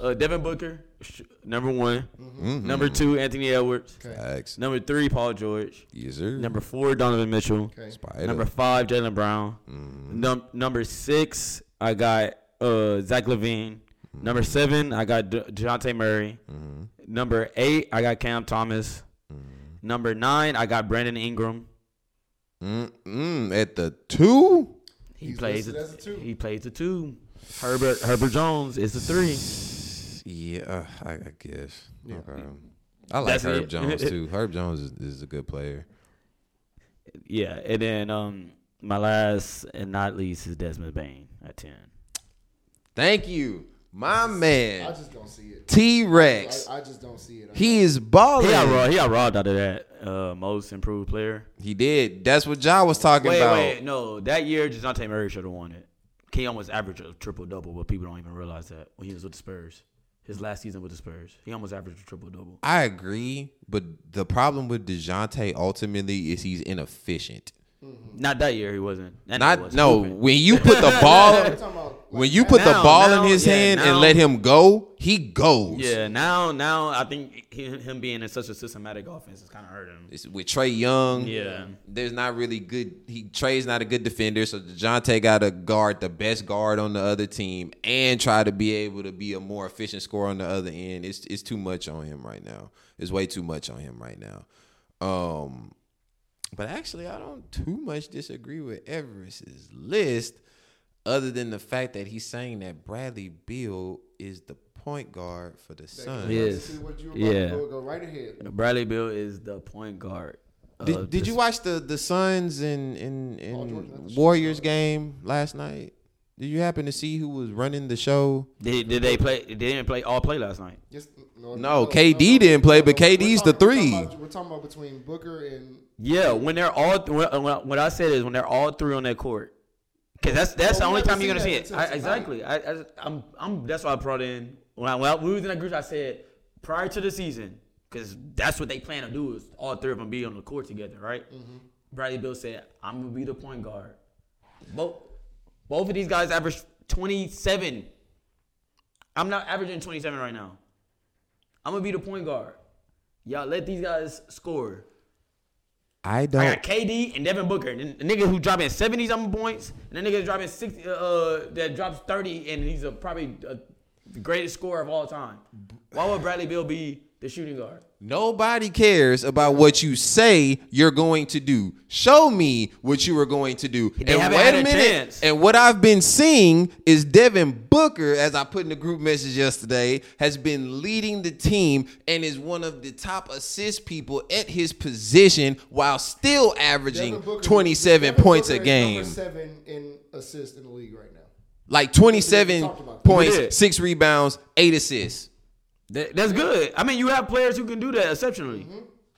[SPEAKER 3] uh, Devin Booker, sh- number one.
[SPEAKER 2] Mm-hmm.
[SPEAKER 3] Number two, Anthony Edwards.
[SPEAKER 1] Okay.
[SPEAKER 2] Facts.
[SPEAKER 3] Number three, Paul George.
[SPEAKER 2] Yes, sir.
[SPEAKER 3] Number four, Donovan Mitchell.
[SPEAKER 1] Okay.
[SPEAKER 2] Spider.
[SPEAKER 3] Number five, Jalen Brown.
[SPEAKER 1] Mm.
[SPEAKER 3] Num- number six, I got uh, Zach Levine.
[SPEAKER 1] Mm.
[SPEAKER 3] Number seven, I got De- Dejounte Murray.
[SPEAKER 2] Mm-hmm.
[SPEAKER 3] Number eight, I got Cam Thomas. Number nine, I got Brandon Ingram.
[SPEAKER 2] Mm-mm, Mm-hmm. at the two.
[SPEAKER 3] He
[SPEAKER 1] He's
[SPEAKER 3] plays
[SPEAKER 1] listed as a two.
[SPEAKER 3] He plays the two. Herbert Herbert Jones is the three.
[SPEAKER 2] Yeah, I, I guess. Okay. I like
[SPEAKER 3] That's
[SPEAKER 2] Herb
[SPEAKER 3] it.
[SPEAKER 2] Jones too. Herb Jones is, is a good player.
[SPEAKER 3] Yeah, and then um, my last and not least is Desmond Bain at ten.
[SPEAKER 2] Thank you, my
[SPEAKER 1] I
[SPEAKER 2] man.
[SPEAKER 1] just don't see it.
[SPEAKER 2] T Rex.
[SPEAKER 1] I, I just don't see it.
[SPEAKER 2] He is balling.
[SPEAKER 1] Oh,
[SPEAKER 3] He got robbed. He got robbed out of that uh, most improved player.
[SPEAKER 2] He did. That's what Ja was talking
[SPEAKER 3] Wait,
[SPEAKER 2] about.
[SPEAKER 3] wait, no. That year, Dejounte Murray should have won it. He almost averaged a triple double, but people don't even realize that when he was with the Spurs. His last season with the Spurs, he almost averaged a triple double.
[SPEAKER 2] I agree, but the problem with Dejounte ultimately is he's inefficient.
[SPEAKER 3] Not that year, he wasn't. That nigga
[SPEAKER 2] Not
[SPEAKER 3] was
[SPEAKER 2] no.
[SPEAKER 3] hooping.
[SPEAKER 2] When you put the ball,
[SPEAKER 1] We're talking about, like,
[SPEAKER 2] when you put the
[SPEAKER 3] Now,
[SPEAKER 2] ball
[SPEAKER 3] now,
[SPEAKER 2] in his
[SPEAKER 3] yeah,
[SPEAKER 2] hand and
[SPEAKER 3] now-
[SPEAKER 2] let him go, he goes.
[SPEAKER 3] Yeah, now, now I think he, him being in such a systematic offense is kind of hurting him.
[SPEAKER 2] It's with Trey Young,
[SPEAKER 3] Yeah.
[SPEAKER 2] there's not really good. He Trey's not a good defender, so Dejounte got to guard the best guard on the other team and try to be able to be a more efficient scorer on the other end. It's it's too much on him right now. It's way too much on him right now. Um, but actually, I don't too much disagree with Everest's list, other than the fact that he's saying that Bradley Beal is the point guard for the Suns.
[SPEAKER 3] Yeah.
[SPEAKER 1] Yes. What you were about
[SPEAKER 3] Yeah.
[SPEAKER 1] to go, go right ahead.
[SPEAKER 3] Bradley Bill is the point guard. of
[SPEAKER 2] Did, did
[SPEAKER 3] the-
[SPEAKER 2] you watch the the Suns and and,
[SPEAKER 1] Jordan, that's
[SPEAKER 2] and
[SPEAKER 1] just
[SPEAKER 2] Warriors game last night? Did you happen to see who was running the show?
[SPEAKER 3] Did, did they play? They didn't play all play last night.
[SPEAKER 1] Yes, no,
[SPEAKER 2] KD didn't play, but
[SPEAKER 1] We're
[SPEAKER 2] KD's
[SPEAKER 1] talking-
[SPEAKER 2] the
[SPEAKER 1] we're talking
[SPEAKER 2] three.
[SPEAKER 1] about- We're talking about between Booker and
[SPEAKER 3] Yeah, when they're all when, when, what I said is when they're all three on that court, because that's that's the
[SPEAKER 1] Well, we
[SPEAKER 3] only
[SPEAKER 1] haven't
[SPEAKER 3] time you're gonna
[SPEAKER 1] seen
[SPEAKER 3] see
[SPEAKER 1] that
[SPEAKER 3] it. I,
[SPEAKER 1] until
[SPEAKER 3] exactly. I, I, I'm I'm that's why I brought in when I, when I- we was in that group. I said prior to the season, because that's what they plan to do is all three of them be on the court together, right?
[SPEAKER 1] Mm-hmm.
[SPEAKER 3] Bradley Bill said, "I'm gonna be the point guard." Both both of these guys average 27. I'm not averaging 27 right now. I'm gonna be the point guard. Y'all let these guys score.
[SPEAKER 2] I
[SPEAKER 3] I
[SPEAKER 2] don't.
[SPEAKER 3] got KD and Devin Booker. The the nigga who dropping 70 something points, and the nigga dropping 60, uh, that drops 30, and he's a, probably uh the greatest scorer of all time. Why would Bradley Bill be the shooting guard?
[SPEAKER 2] Nobody cares about what you say you're going to do. Show me what you are going to do.
[SPEAKER 3] They haven't had a chance.
[SPEAKER 2] And what I've been seeing is Devin Booker, as I put in the group message yesterday, has been leading the team and is one of the top assist people at his position while still averaging
[SPEAKER 1] Devin Booker-
[SPEAKER 2] 27
[SPEAKER 1] Devin
[SPEAKER 2] points
[SPEAKER 1] Booker
[SPEAKER 2] a
[SPEAKER 1] is
[SPEAKER 2] game.
[SPEAKER 1] Number seven in assists in the league right now.
[SPEAKER 2] Like
[SPEAKER 1] We
[SPEAKER 2] 27
[SPEAKER 1] talked about that.
[SPEAKER 3] We did.
[SPEAKER 2] points, 6 rebounds, 8 assists.
[SPEAKER 3] That, that's good. I mean, you have players who can do that exceptionally.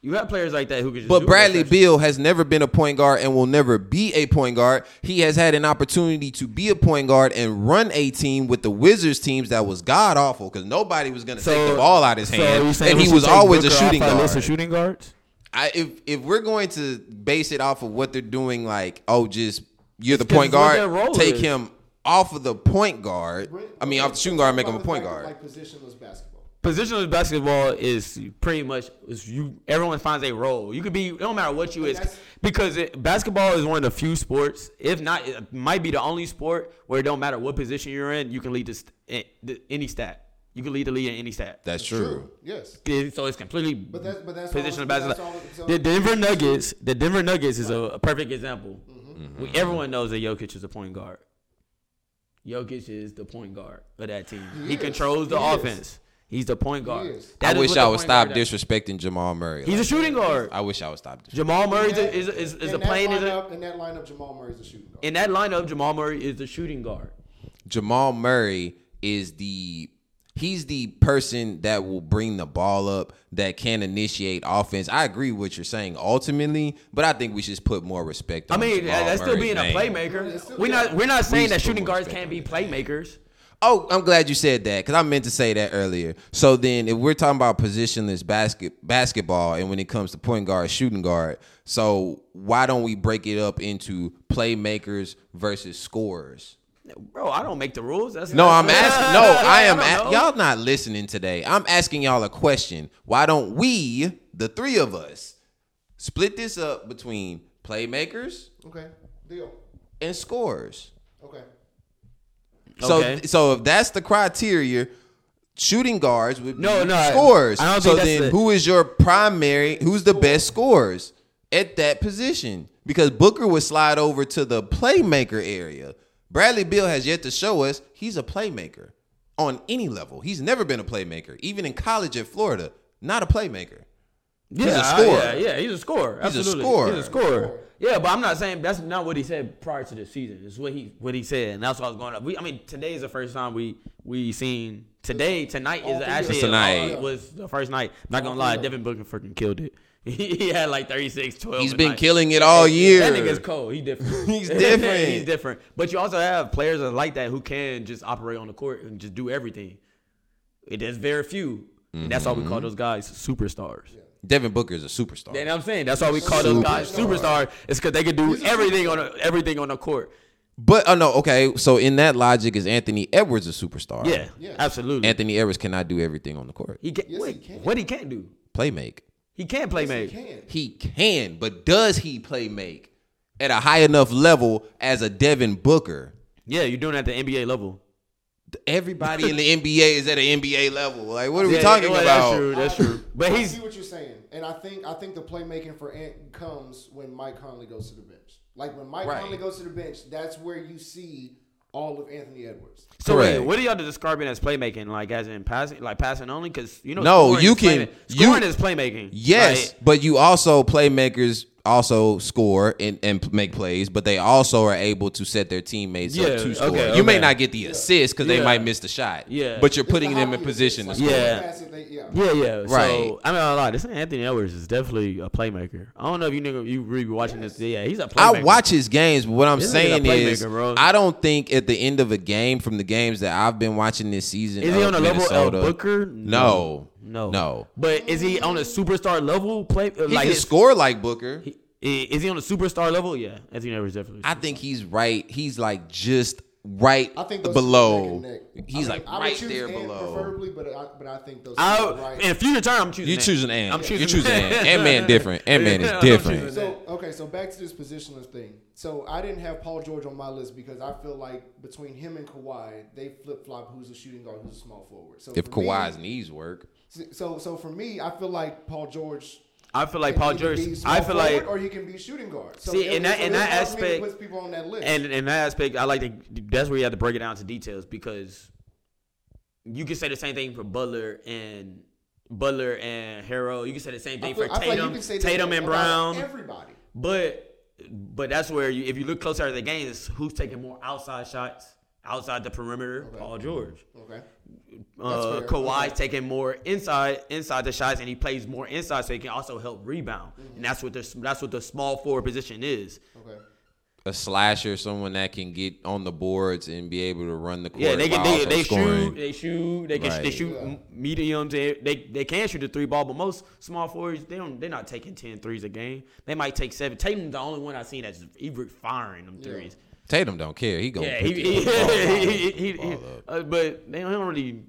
[SPEAKER 3] You have players like that who can just. do
[SPEAKER 2] But
[SPEAKER 3] it,
[SPEAKER 2] Bradley
[SPEAKER 3] especially-
[SPEAKER 2] Beal has never been a point guard and will never be a point guard. He has had an opportunity to be a point guard and run a team with the Wizards teams that was god awful because nobody was going to take the ball out of his
[SPEAKER 4] so you
[SPEAKER 2] hand,
[SPEAKER 4] saying
[SPEAKER 2] and
[SPEAKER 4] we
[SPEAKER 2] he
[SPEAKER 4] should
[SPEAKER 2] was
[SPEAKER 4] take
[SPEAKER 2] always a
[SPEAKER 4] Booker off
[SPEAKER 2] shooting
[SPEAKER 4] our
[SPEAKER 2] guard.
[SPEAKER 4] list of shooting guards.
[SPEAKER 2] I, if if we're going to base it off of what they're doing, like oh, just you're the
[SPEAKER 3] 'cause
[SPEAKER 2] point
[SPEAKER 3] it's what their
[SPEAKER 2] guard,
[SPEAKER 3] role
[SPEAKER 2] take
[SPEAKER 3] is.
[SPEAKER 2] him off of the point guard. I mean, off the shooting guard, make him a
[SPEAKER 1] About the
[SPEAKER 2] point
[SPEAKER 1] fact that,
[SPEAKER 2] guard.
[SPEAKER 1] Like positionless basketball.
[SPEAKER 3] Positionless basketball is pretty much is you. Everyone finds a role. You could be. It don't matter what you is
[SPEAKER 1] that's-
[SPEAKER 3] because it, basketball is one of the few sports, if not, it might be the only sport where it don't matter what position you're in, you can lead this any stat. You can lead the lead in any stat.
[SPEAKER 2] That's true.
[SPEAKER 1] True. Yes.
[SPEAKER 3] It- so it's completely but
[SPEAKER 1] that's- but that's
[SPEAKER 3] positional
[SPEAKER 1] all-
[SPEAKER 3] basketball.
[SPEAKER 1] that's all- so-
[SPEAKER 3] the Denver Nuggets, the Denver Nuggets is a, a perfect example.
[SPEAKER 1] Mm-hmm.
[SPEAKER 3] Mm-hmm. We, everyone knows that Jokic is a point guard. Jokic is the point guard of that team. He,
[SPEAKER 1] is.
[SPEAKER 3] controls the
[SPEAKER 1] He is.
[SPEAKER 3] offense. He's the point guard.
[SPEAKER 1] is.
[SPEAKER 2] I
[SPEAKER 3] That is
[SPEAKER 2] wish
[SPEAKER 3] what the
[SPEAKER 2] I would
[SPEAKER 3] point
[SPEAKER 2] stop
[SPEAKER 3] guard does.
[SPEAKER 2] disrespecting Jamal Murray.
[SPEAKER 3] He's a
[SPEAKER 2] like,
[SPEAKER 3] shooting guard.
[SPEAKER 2] I wish I would stop. Disrespecting.
[SPEAKER 3] Jamal Murray is
[SPEAKER 1] That-
[SPEAKER 3] a, is a, is, is
[SPEAKER 1] in
[SPEAKER 3] a
[SPEAKER 1] that
[SPEAKER 3] playing is a,
[SPEAKER 1] lineup- in that lineup, Jamal Murray's a shooting guard.
[SPEAKER 3] in that lineup. Jamal Murray is the shooting guard.
[SPEAKER 2] Jamal Murray is the he's the person that will bring the ball up that can initiate offense. I agree with what you're saying ultimately, but I think we should just put more respect.
[SPEAKER 3] I
[SPEAKER 2] on
[SPEAKER 3] mean,
[SPEAKER 2] Jamal
[SPEAKER 3] that's still
[SPEAKER 2] Murray's
[SPEAKER 3] being
[SPEAKER 2] name.
[SPEAKER 3] a playmaker.
[SPEAKER 1] It's still-
[SPEAKER 3] We're not we're not saying that
[SPEAKER 2] still
[SPEAKER 3] shooting
[SPEAKER 2] more
[SPEAKER 3] guards
[SPEAKER 2] respect
[SPEAKER 3] can't
[SPEAKER 2] on
[SPEAKER 3] be playmakers.
[SPEAKER 2] Oh, I'm glad you said that because I meant to say that earlier. So then, if we're talking about positionless basket basketball, and when it comes to point guard, shooting guard, so why don't we break it up into playmakers versus scorers?
[SPEAKER 3] Bro, I don't make the rules. That's
[SPEAKER 2] No, I'm
[SPEAKER 3] that's-
[SPEAKER 2] asking. No, I am.
[SPEAKER 3] don't know.
[SPEAKER 2] A- y'all not listening today. I'm asking y'all a question. Why don't we, the three of us, split this up between playmakers
[SPEAKER 1] Okay. Deal.
[SPEAKER 2] and scorers?
[SPEAKER 1] Okay.
[SPEAKER 2] So,
[SPEAKER 3] Okay.
[SPEAKER 2] so if that's the criteria, shooting guards would be
[SPEAKER 3] No, no,
[SPEAKER 2] scores.
[SPEAKER 3] I don't
[SPEAKER 2] so
[SPEAKER 3] think that's
[SPEAKER 2] then,
[SPEAKER 3] the-
[SPEAKER 2] who is your primary? Who's the best scorers at that position? Because Booker would slide over to the playmaker area. Bradley Bill has yet to show us he's a playmaker on any level. He's never been a playmaker, even in college at Florida. Not a playmaker.
[SPEAKER 3] Yeah,
[SPEAKER 2] He's a
[SPEAKER 3] I-
[SPEAKER 2] scorer.
[SPEAKER 3] Yeah, yeah, he's a scorer.
[SPEAKER 2] He's a
[SPEAKER 3] Absolutely.
[SPEAKER 2] scorer.
[SPEAKER 3] He's a scorer. Yeah, but I'm not saying that's not what he said prior to the season. It's what he what he said, and that's what I was going up. We, I mean, today is the first time we we seen today. Tonight is actually
[SPEAKER 2] Tonight.
[SPEAKER 3] uh, was the first night. Not gonna lie, Devin Booker freaking killed it. He had like 36, 12.
[SPEAKER 2] He's
[SPEAKER 3] a
[SPEAKER 2] been
[SPEAKER 3] night.
[SPEAKER 2] killing it all year.
[SPEAKER 3] That nigga's cold. He different.
[SPEAKER 2] Oh, He's different.
[SPEAKER 3] He's different. But you also have players that are like that who can just operate on the court and just do everything. It is very few. And that's why we
[SPEAKER 2] Mm-hmm.
[SPEAKER 3] call those guys superstars.
[SPEAKER 2] Devin Booker is a superstar.
[SPEAKER 3] And I'm saying that's why we call those guys superstar. It's because they can do everything on a, everything on the court.
[SPEAKER 2] But oh no, okay. So in that logic, is Anthony Edwards a superstar?
[SPEAKER 3] Yeah,
[SPEAKER 1] Yeah.
[SPEAKER 3] absolutely.
[SPEAKER 2] Anthony Edwards cannot do everything on the court.
[SPEAKER 3] he can,
[SPEAKER 1] Yes,
[SPEAKER 3] what,
[SPEAKER 1] he can.
[SPEAKER 3] what he can't do,
[SPEAKER 2] Play make.
[SPEAKER 3] he can play
[SPEAKER 1] Yes,
[SPEAKER 3] make.
[SPEAKER 1] he can.
[SPEAKER 2] He can, but does he play make at a high enough level as a Devin Booker?
[SPEAKER 3] Yeah, you're doing it at the NBA level.
[SPEAKER 2] Everybody in the NBA is at an NBA level. Like, what are we
[SPEAKER 3] Yeah,
[SPEAKER 2] talking
[SPEAKER 3] well, That's
[SPEAKER 2] about?
[SPEAKER 3] true. That's true. But
[SPEAKER 1] I
[SPEAKER 3] he's
[SPEAKER 1] see what you're saying, and I think I think the playmaking for Ant comes when Mike Conley goes to the bench. Like when Mike
[SPEAKER 2] Right.
[SPEAKER 1] Conley goes to the bench, that's where you see all of Anthony Edwards.
[SPEAKER 3] So wait,
[SPEAKER 2] Correct.
[SPEAKER 3] what are y'all describing as playmaking? Like as in passing, like passing only? Because you know,
[SPEAKER 2] No,
[SPEAKER 3] scoring
[SPEAKER 2] you
[SPEAKER 3] is
[SPEAKER 2] can-
[SPEAKER 3] playma-
[SPEAKER 2] you-
[SPEAKER 3] scoring is playmaking.
[SPEAKER 2] Yes,
[SPEAKER 3] Like,
[SPEAKER 2] but you also playmakers also score and, and make plays, but they also are able to set their teammates
[SPEAKER 3] Yeah,
[SPEAKER 2] up to score.
[SPEAKER 3] okay,
[SPEAKER 2] You may
[SPEAKER 3] okay.
[SPEAKER 2] not get the assist because they
[SPEAKER 3] Yeah.
[SPEAKER 2] might miss the shot.
[SPEAKER 3] Yeah.
[SPEAKER 2] but you're
[SPEAKER 1] It's
[SPEAKER 2] putting
[SPEAKER 1] the
[SPEAKER 2] them
[SPEAKER 1] hockey
[SPEAKER 2] in position to
[SPEAKER 1] assist.
[SPEAKER 2] score.
[SPEAKER 1] Like,
[SPEAKER 3] Yeah.
[SPEAKER 1] pass it, they- yeah.
[SPEAKER 3] yeah, yeah.
[SPEAKER 2] Right.
[SPEAKER 3] So I'm not gonna lie, this Anthony Edwards is definitely a playmaker. I don't know if you nigga you really be watching this. Yeah, he's a playmaker.
[SPEAKER 2] I watch his games, but what I'm
[SPEAKER 3] This nigga
[SPEAKER 2] saying
[SPEAKER 3] a playmaker,
[SPEAKER 2] is,
[SPEAKER 3] bro.
[SPEAKER 2] I don't think at the end of a game from the games that I've been watching this season,
[SPEAKER 3] Is he
[SPEAKER 2] of
[SPEAKER 3] on a level of
[SPEAKER 2] Minnesota-
[SPEAKER 3] Booker?
[SPEAKER 2] No,
[SPEAKER 3] no,
[SPEAKER 2] no.
[SPEAKER 3] But is he on a superstar level? Play uh,
[SPEAKER 2] He
[SPEAKER 3] like
[SPEAKER 2] can
[SPEAKER 3] his-
[SPEAKER 2] score like Booker.
[SPEAKER 3] i- Is he on a superstar level? Yeah, Anthony Edwards definitely.
[SPEAKER 2] I think he's right. He's like just right
[SPEAKER 1] I think those
[SPEAKER 2] below.
[SPEAKER 1] two neck and neck.
[SPEAKER 2] He's
[SPEAKER 1] I mean,
[SPEAKER 2] like
[SPEAKER 1] I would
[SPEAKER 2] right
[SPEAKER 1] choose
[SPEAKER 2] there
[SPEAKER 1] Ant
[SPEAKER 2] below.
[SPEAKER 1] Preferably, but I, but I think those. two
[SPEAKER 3] I,
[SPEAKER 1] are right.
[SPEAKER 3] In future term, I'm choosing.
[SPEAKER 2] You
[SPEAKER 3] Ant.
[SPEAKER 2] choosing Ant.
[SPEAKER 3] I'm
[SPEAKER 2] You
[SPEAKER 3] choosing
[SPEAKER 2] choosing Ant. Ant-Man different. Ant-Man is
[SPEAKER 3] I'm
[SPEAKER 2] different.
[SPEAKER 3] choosing Ant.
[SPEAKER 1] So okay, so back to this positionless thing. So I didn't have Paul George on my list because I feel like between him and Kawhi, they flip flop who's a shooting guard, who's a small forward. So
[SPEAKER 2] If
[SPEAKER 1] for me-
[SPEAKER 2] Kawhi's knees work,
[SPEAKER 1] so so for me, I feel like Paul George.
[SPEAKER 3] I feel like
[SPEAKER 1] can
[SPEAKER 3] Paul
[SPEAKER 1] either
[SPEAKER 3] George.
[SPEAKER 1] be small
[SPEAKER 3] I feel like
[SPEAKER 1] forward or he can be shooting guard. So
[SPEAKER 3] See, in that- in that
[SPEAKER 1] that's why Smith
[SPEAKER 3] aspect-
[SPEAKER 1] puts people on that list.
[SPEAKER 3] And in that aspect, I like to. That's where you have to break it down to details because you can say the same thing for Butler and Butler and Harrow. You can say the same
[SPEAKER 1] I
[SPEAKER 3] thing
[SPEAKER 1] feel- I
[SPEAKER 3] for
[SPEAKER 1] feel like you
[SPEAKER 3] Tatum,
[SPEAKER 1] can say that
[SPEAKER 3] Tatum and
[SPEAKER 1] about
[SPEAKER 3] Brown.
[SPEAKER 1] Everybody.
[SPEAKER 3] but but that's where you, if you look closer at the game, it's who's taking more outside shots outside the perimeter, Paul George.
[SPEAKER 1] Okay.
[SPEAKER 3] Uh,
[SPEAKER 1] fair.
[SPEAKER 3] Kawhi's taking more inside inside the shots, and he plays more inside, so he can also help rebound.
[SPEAKER 1] Mm-hmm.
[SPEAKER 3] And that's what the that's what the small forward position is.
[SPEAKER 1] Okay.
[SPEAKER 2] a slasher, someone that can get on the boards and be able to run the court.
[SPEAKER 3] Yeah, they can
[SPEAKER 2] while
[SPEAKER 3] they,
[SPEAKER 2] also
[SPEAKER 3] they shoot
[SPEAKER 2] scoring.
[SPEAKER 3] they shoot they can they
[SPEAKER 2] Right.
[SPEAKER 3] shoot m mediums. They, they they can shoot the three ball, but most small forwards they don't they're not taking 10 threes a game. They might take seven. Tatum's the only one I've seen that's even firing them threes.
[SPEAKER 2] Tatum don't care. He gonna
[SPEAKER 3] Yeah,
[SPEAKER 2] put the-
[SPEAKER 3] he, he, he, he-
[SPEAKER 2] ball
[SPEAKER 3] he-
[SPEAKER 2] up.
[SPEAKER 3] uh, but they don't really.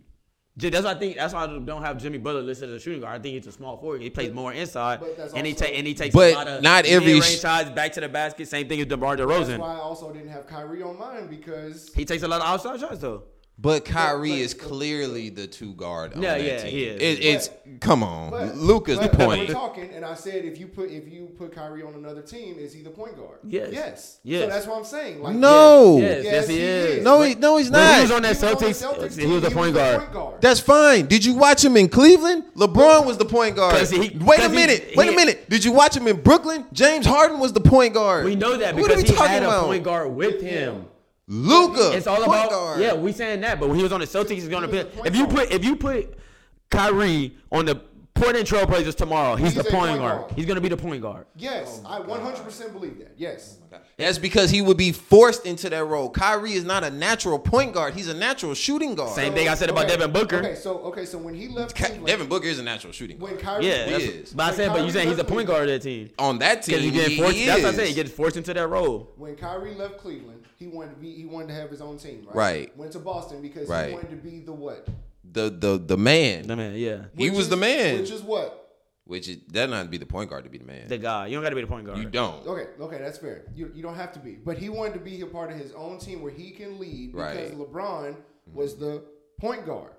[SPEAKER 3] J- That's why I think. That's why I don't have Jimmy Butler listed as a shooting guard. I think he's a small forward. He plays more inside,
[SPEAKER 1] But that's
[SPEAKER 3] and he
[SPEAKER 1] also-
[SPEAKER 3] ta- and he takes
[SPEAKER 2] But
[SPEAKER 3] a lot of
[SPEAKER 2] not every
[SPEAKER 3] mid-range
[SPEAKER 2] sh-
[SPEAKER 3] shots back to the basket. Same thing as DeMar
[SPEAKER 1] That's
[SPEAKER 3] DeRozan.
[SPEAKER 1] why I also didn't have Kyrie on mine because
[SPEAKER 3] He takes a lot of outside shots though.
[SPEAKER 2] But Kyrie
[SPEAKER 1] but-
[SPEAKER 2] is clearly the two guard. On
[SPEAKER 3] Yeah,
[SPEAKER 2] that
[SPEAKER 3] yeah,
[SPEAKER 2] team.
[SPEAKER 3] he is.
[SPEAKER 2] It, it's come on,
[SPEAKER 1] but,
[SPEAKER 2] Luca's
[SPEAKER 1] but
[SPEAKER 2] point.
[SPEAKER 1] We're talking, and I said if you put if you put Kyrie on another team, is he the point guard?
[SPEAKER 3] Yes.
[SPEAKER 1] Yes.
[SPEAKER 3] Yes.
[SPEAKER 1] So that's what I'm saying. Like,
[SPEAKER 2] No,
[SPEAKER 3] Yes, yes, he
[SPEAKER 1] Yes, he
[SPEAKER 3] is.
[SPEAKER 1] is.
[SPEAKER 2] no, he, no, he's
[SPEAKER 3] When
[SPEAKER 2] not.
[SPEAKER 3] He was on that
[SPEAKER 1] He was on the Celtics
[SPEAKER 3] Celtics. he was a
[SPEAKER 1] team,
[SPEAKER 3] point guard.
[SPEAKER 2] That's fine. Did you watch him in Cleveland? LeBron was the point guard.
[SPEAKER 3] 'Cause he-
[SPEAKER 2] wait a
[SPEAKER 3] 'cause he-
[SPEAKER 2] minute. wait a
[SPEAKER 3] he-
[SPEAKER 2] minute. Did you watch him in Brooklyn? James Harden was the point guard.
[SPEAKER 3] We know that
[SPEAKER 2] What are
[SPEAKER 3] because
[SPEAKER 2] we
[SPEAKER 3] he
[SPEAKER 2] talking
[SPEAKER 3] had a
[SPEAKER 2] about?
[SPEAKER 3] point guard with him.
[SPEAKER 2] Luca.
[SPEAKER 3] It's all
[SPEAKER 2] point
[SPEAKER 3] about
[SPEAKER 2] guard.
[SPEAKER 3] yeah. We saying that, but when he was on the Celtics, he's gonna
[SPEAKER 1] He was
[SPEAKER 3] put.
[SPEAKER 1] the point
[SPEAKER 3] If you
[SPEAKER 1] guard.
[SPEAKER 3] put if you put Kyrie on the Portland Trail Blazers tomorrow, he's,
[SPEAKER 1] He's
[SPEAKER 3] the
[SPEAKER 1] a
[SPEAKER 3] point,
[SPEAKER 1] point
[SPEAKER 3] guard.
[SPEAKER 1] guard.
[SPEAKER 3] He's gonna be the point guard.
[SPEAKER 1] Yes, I 100% believe that. Yes.
[SPEAKER 3] Oh
[SPEAKER 2] That's because he would be forced into that role. Kyrie is not a natural point guard. He's a natural shooting guard.
[SPEAKER 3] Same thing I said about
[SPEAKER 1] Okay,
[SPEAKER 3] Devin Booker.
[SPEAKER 1] Okay, so okay, so when he left,
[SPEAKER 2] Ka-
[SPEAKER 1] Cleveland,
[SPEAKER 2] Devin Booker is a natural shooting guard.
[SPEAKER 1] when Kyrie,
[SPEAKER 3] Yeah, that's-
[SPEAKER 2] is.
[SPEAKER 3] but I
[SPEAKER 1] When
[SPEAKER 3] said, but you
[SPEAKER 1] Kyrie
[SPEAKER 3] saying he's a
[SPEAKER 1] left
[SPEAKER 3] point guard of that team
[SPEAKER 2] On that team,
[SPEAKER 3] because he
[SPEAKER 2] he,
[SPEAKER 3] getting forced.
[SPEAKER 2] is.
[SPEAKER 3] That's what I said. He gets forced into that role.
[SPEAKER 1] when Kyrie left Cleveland, he wanted to be he wanted to have his own team, right?
[SPEAKER 2] Right.
[SPEAKER 1] Went to Boston because
[SPEAKER 2] Right.
[SPEAKER 1] he wanted to be the what?
[SPEAKER 2] the the the man.
[SPEAKER 3] The man, yeah,
[SPEAKER 2] he
[SPEAKER 1] Which
[SPEAKER 2] was
[SPEAKER 1] is-
[SPEAKER 2] the man.
[SPEAKER 1] Which is what?
[SPEAKER 2] Which is that not be the point guard to be the man.
[SPEAKER 3] the Oh, guy. You don't gotta be the point guard.
[SPEAKER 2] you don't.
[SPEAKER 1] Okay, okay, that's fair. You, you don't have to be, but he wanted to be a part of his own team where he can lead because
[SPEAKER 2] Right.
[SPEAKER 1] LeBron was
[SPEAKER 3] Mm-hmm.
[SPEAKER 1] the point guard.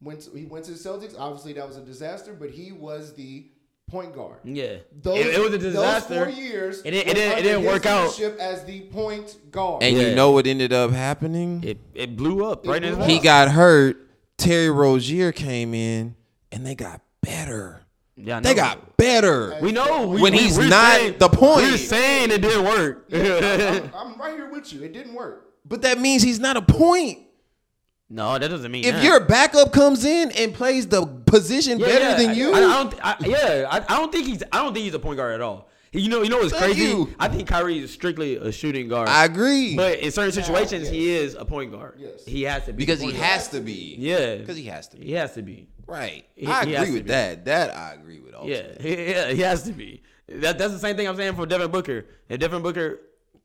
[SPEAKER 1] Went to- he went to the Celtics. Obviously, that was a disaster, but he was the point guard.
[SPEAKER 3] Yeah,
[SPEAKER 1] Those,
[SPEAKER 3] it, it was a disaster.
[SPEAKER 1] Those four years,
[SPEAKER 3] It didn't- it
[SPEAKER 1] was
[SPEAKER 3] didn't- it
[SPEAKER 1] under
[SPEAKER 3] didn't
[SPEAKER 1] his
[SPEAKER 3] work out.
[SPEAKER 1] leadership As the point guard,
[SPEAKER 2] And
[SPEAKER 3] Yeah.
[SPEAKER 2] you know what ended up happening?
[SPEAKER 3] It it blew up right in
[SPEAKER 1] blew
[SPEAKER 3] his
[SPEAKER 1] up.
[SPEAKER 2] He got hurt. Terry Rozier came in, and they got better.
[SPEAKER 3] Yeah, I
[SPEAKER 2] They
[SPEAKER 3] know.
[SPEAKER 2] got better.
[SPEAKER 3] We know we,
[SPEAKER 2] When
[SPEAKER 3] we-
[SPEAKER 2] he's
[SPEAKER 3] we're
[SPEAKER 2] not
[SPEAKER 3] saying-
[SPEAKER 2] the point.
[SPEAKER 3] We're saying it didn't work.
[SPEAKER 1] I'm, I'm right here with you. It didn't work.
[SPEAKER 2] But that means he's not a point.
[SPEAKER 3] no, that doesn't mean
[SPEAKER 2] If
[SPEAKER 3] that.
[SPEAKER 2] your backup comes in and plays the position
[SPEAKER 3] Yeah,
[SPEAKER 2] better
[SPEAKER 3] yeah.
[SPEAKER 2] than you,
[SPEAKER 3] I, I don't. th- I, yeah, I, I don't think he's. I don't think he's a point guard at all. He- you know. You know what's
[SPEAKER 2] Thank
[SPEAKER 3] crazy?
[SPEAKER 2] you.
[SPEAKER 3] I think Kyrie is strictly a shooting guard.
[SPEAKER 2] I agree.
[SPEAKER 3] but in certain situations,
[SPEAKER 1] yes.
[SPEAKER 3] he is a point guard.
[SPEAKER 1] Yes.
[SPEAKER 3] He has to be
[SPEAKER 2] because
[SPEAKER 3] the
[SPEAKER 2] he
[SPEAKER 3] point guard.
[SPEAKER 2] has to be.
[SPEAKER 3] Yeah.
[SPEAKER 2] Because he has to be.
[SPEAKER 3] He has to be.
[SPEAKER 2] Right.
[SPEAKER 3] He-
[SPEAKER 2] I
[SPEAKER 3] he has
[SPEAKER 2] agree
[SPEAKER 3] to
[SPEAKER 2] with
[SPEAKER 3] be.
[SPEAKER 2] that. That I agree with. Also.
[SPEAKER 3] Yeah. He, yeah. He has to be. That that's the same thing I'm saying for Devin Booker. If Devin Booker,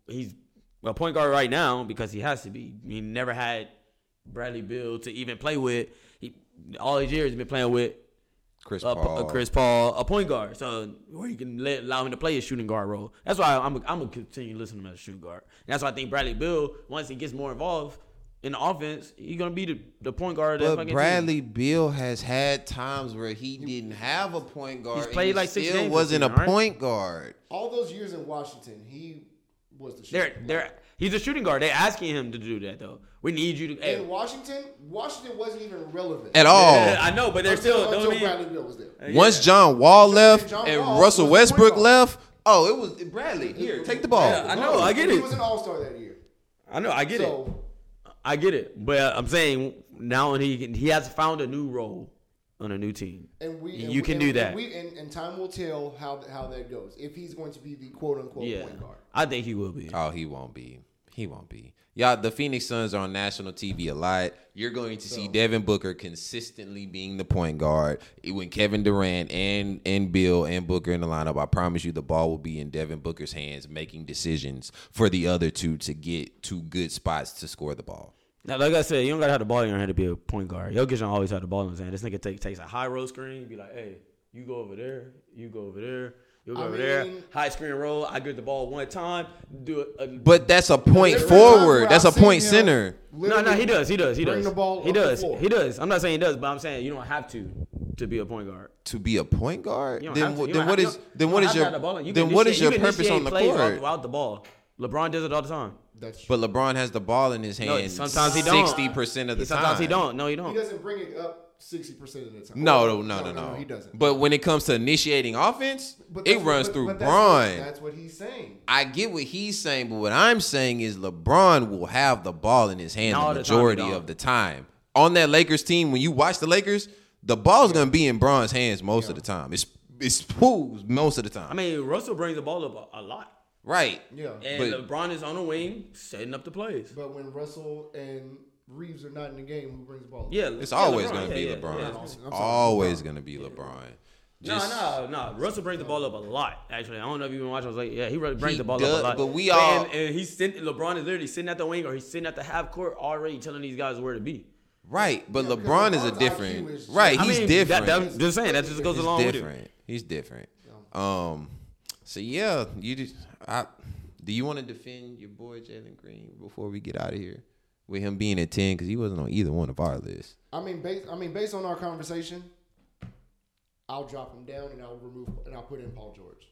[SPEAKER 3] he's a point guard right now because he has to be. He never had Bradley Bill to even play with. He all his years been playing with
[SPEAKER 2] Chris
[SPEAKER 3] a,
[SPEAKER 2] Paul.
[SPEAKER 3] a uh, Chris Paul, a point guard. So where you can let, allow him to play a shooting guard role. That's why I'm I'm gonna continue listening to him as a shooting guard. And that's why I think Bradley Bill, once he gets more involved in the offense, he's gonna be the, the point guard. Of that
[SPEAKER 2] But
[SPEAKER 3] fucking
[SPEAKER 2] Bradley Beal has had times where he didn't have a point guard.
[SPEAKER 3] He's played
[SPEAKER 2] and he
[SPEAKER 3] like six
[SPEAKER 2] still
[SPEAKER 3] games this
[SPEAKER 2] wasn't
[SPEAKER 3] season,
[SPEAKER 2] a
[SPEAKER 3] right?
[SPEAKER 2] point guard.
[SPEAKER 1] All those years in Washington, he was the
[SPEAKER 3] Team. They're
[SPEAKER 1] shooting.
[SPEAKER 3] they're he's a shooting guard. They're asking him to do that though. We need you to. Hey,
[SPEAKER 1] in Washington, Washington wasn't even relevant
[SPEAKER 2] At all.
[SPEAKER 3] I know, but they're still.
[SPEAKER 1] Until
[SPEAKER 3] Don't mean,
[SPEAKER 1] Bradley Beal was there.
[SPEAKER 2] Once John Wall left
[SPEAKER 1] John
[SPEAKER 2] and
[SPEAKER 1] Wall
[SPEAKER 2] Russell
[SPEAKER 1] was the point
[SPEAKER 2] Westbrook
[SPEAKER 1] guard.
[SPEAKER 2] left, oh, it was Bradley. Here, take the ball.
[SPEAKER 3] Yeah, I know. I get
[SPEAKER 1] He
[SPEAKER 3] it.
[SPEAKER 1] was an All Star that year.
[SPEAKER 3] I know. I get it.
[SPEAKER 1] So
[SPEAKER 3] I get it. But I'm saying now he he has found a new role on a new team.
[SPEAKER 1] and we and we-
[SPEAKER 3] You can
[SPEAKER 1] and-
[SPEAKER 3] do
[SPEAKER 1] and
[SPEAKER 3] that.
[SPEAKER 1] we, and, and time will tell how how that goes. If he's going to be the quote unquote
[SPEAKER 3] Yeah,
[SPEAKER 1] point guard.
[SPEAKER 3] I think he will be.
[SPEAKER 2] Oh, he won't be. He won't be. Y'all, the Phoenix Suns are on national TV a lot. You're going to see Devin Booker consistently being the point guard. When Kevin Durant and and Bill and Booker in the lineup, I promise you the ball will be in Devin Booker's hands, making decisions for the other two to get to good spots to score the ball.
[SPEAKER 3] Now, like I said, you don't gotta have the ball in your hand to be a point guard. Jokic don't always have the ball in his hand. This nigga take, takes a high roll screen, be like, hey, you go over there, you go over there, you go
[SPEAKER 1] I
[SPEAKER 3] over there.
[SPEAKER 1] mean-
[SPEAKER 3] High screen roll, I get the ball one time, do it. a-
[SPEAKER 2] But that's a point
[SPEAKER 1] There's been times
[SPEAKER 2] forward.
[SPEAKER 1] where
[SPEAKER 2] That's a
[SPEAKER 1] I've seen
[SPEAKER 2] point
[SPEAKER 1] him
[SPEAKER 2] center.
[SPEAKER 3] no,
[SPEAKER 1] literally-
[SPEAKER 3] no, he does, he does, he
[SPEAKER 1] bring
[SPEAKER 3] does.
[SPEAKER 1] the ball
[SPEAKER 3] he
[SPEAKER 1] up the
[SPEAKER 3] does,
[SPEAKER 1] floor.
[SPEAKER 3] he does. I'm not saying he does, but I'm saying you don't have to to be a point guard.
[SPEAKER 2] To be a point guard,
[SPEAKER 3] You don't
[SPEAKER 2] then
[SPEAKER 3] have to.
[SPEAKER 2] what-
[SPEAKER 3] You
[SPEAKER 2] then
[SPEAKER 3] don't
[SPEAKER 2] what
[SPEAKER 3] have-
[SPEAKER 2] is
[SPEAKER 3] you don't-
[SPEAKER 2] then
[SPEAKER 3] you
[SPEAKER 2] what
[SPEAKER 3] don't
[SPEAKER 2] is
[SPEAKER 3] have to have the ball.
[SPEAKER 2] your
[SPEAKER 3] You can
[SPEAKER 2] then what
[SPEAKER 3] initiate-
[SPEAKER 2] is
[SPEAKER 3] you
[SPEAKER 2] your
[SPEAKER 3] can
[SPEAKER 2] purpose
[SPEAKER 3] initiate
[SPEAKER 2] on the
[SPEAKER 3] plays out-
[SPEAKER 2] court?
[SPEAKER 3] Out the ball, LeBron does it all the time.
[SPEAKER 1] That's true.
[SPEAKER 2] But LeBron has the ball in his hand.
[SPEAKER 3] No, sometimes he don't.
[SPEAKER 2] Sixty percent of the
[SPEAKER 3] sometimes
[SPEAKER 2] time.
[SPEAKER 3] he don't. No, he don't.
[SPEAKER 1] he doesn't bring it up sixty percent of the time.
[SPEAKER 2] No, no,
[SPEAKER 1] Or-
[SPEAKER 2] no, no, no,
[SPEAKER 1] He doesn't.
[SPEAKER 2] But when it comes to initiating offense,
[SPEAKER 1] But
[SPEAKER 2] it
[SPEAKER 1] that's what-
[SPEAKER 2] runs
[SPEAKER 1] but-
[SPEAKER 2] through
[SPEAKER 1] but that's what-
[SPEAKER 2] Braun.
[SPEAKER 1] That's what he's saying.
[SPEAKER 2] I get what he's saying, but what I'm saying is LeBron will have the ball in his hand
[SPEAKER 3] All
[SPEAKER 2] the
[SPEAKER 3] the time,
[SPEAKER 2] majority
[SPEAKER 3] dog.
[SPEAKER 2] of the time. On that Lakers team, when you watch the Lakers, the ball's gonna be in Braun's hands most of the time. It's it's pools most of the time.
[SPEAKER 3] I mean, Russell brings the ball up a, a lot,
[SPEAKER 2] right.
[SPEAKER 1] Yeah.
[SPEAKER 3] and
[SPEAKER 2] But-
[SPEAKER 3] LeBron is on the wing setting up the plays.
[SPEAKER 1] But when Russell and Reeves are not in the game, who brings the ball? up?
[SPEAKER 3] Yeah,
[SPEAKER 2] It's
[SPEAKER 3] yeah,
[SPEAKER 2] always
[SPEAKER 3] LeBron.
[SPEAKER 2] gonna
[SPEAKER 3] Yeah,
[SPEAKER 2] be
[SPEAKER 3] yeah,
[SPEAKER 2] LeBron.
[SPEAKER 3] yeah.
[SPEAKER 2] It's
[SPEAKER 1] I'm sorry,
[SPEAKER 2] always gonna be LeBron. Just-
[SPEAKER 3] no, no, no. Russell brings the ball up a lot. Actually, I don't know if you've been watching. I was like, yeah, he really brings
[SPEAKER 2] He
[SPEAKER 3] the ball up
[SPEAKER 2] does,
[SPEAKER 3] a lot.
[SPEAKER 2] but we all-
[SPEAKER 3] and, and he's sitting. LeBron is literally sitting at the wing, or he's sitting at the half court already telling these guys where to be.
[SPEAKER 2] Right, but
[SPEAKER 1] Yeah, because
[SPEAKER 2] LeBron is a
[SPEAKER 1] LeBron's IQ
[SPEAKER 2] different.
[SPEAKER 1] is just-
[SPEAKER 2] right,
[SPEAKER 3] I
[SPEAKER 2] he's
[SPEAKER 3] mean,
[SPEAKER 2] different.
[SPEAKER 3] That, that, I'm just saying that just goes
[SPEAKER 2] he's
[SPEAKER 3] along with it.
[SPEAKER 2] different. He's different. Um. So yeah, you just. I, do you want to defend your boy Jalen Green before we get out of here with him being at ten because he wasn't on either one of our lists?
[SPEAKER 1] I mean, based I mean, based on our conversation, I'll drop him down and I'll remove and I'll put in Paul George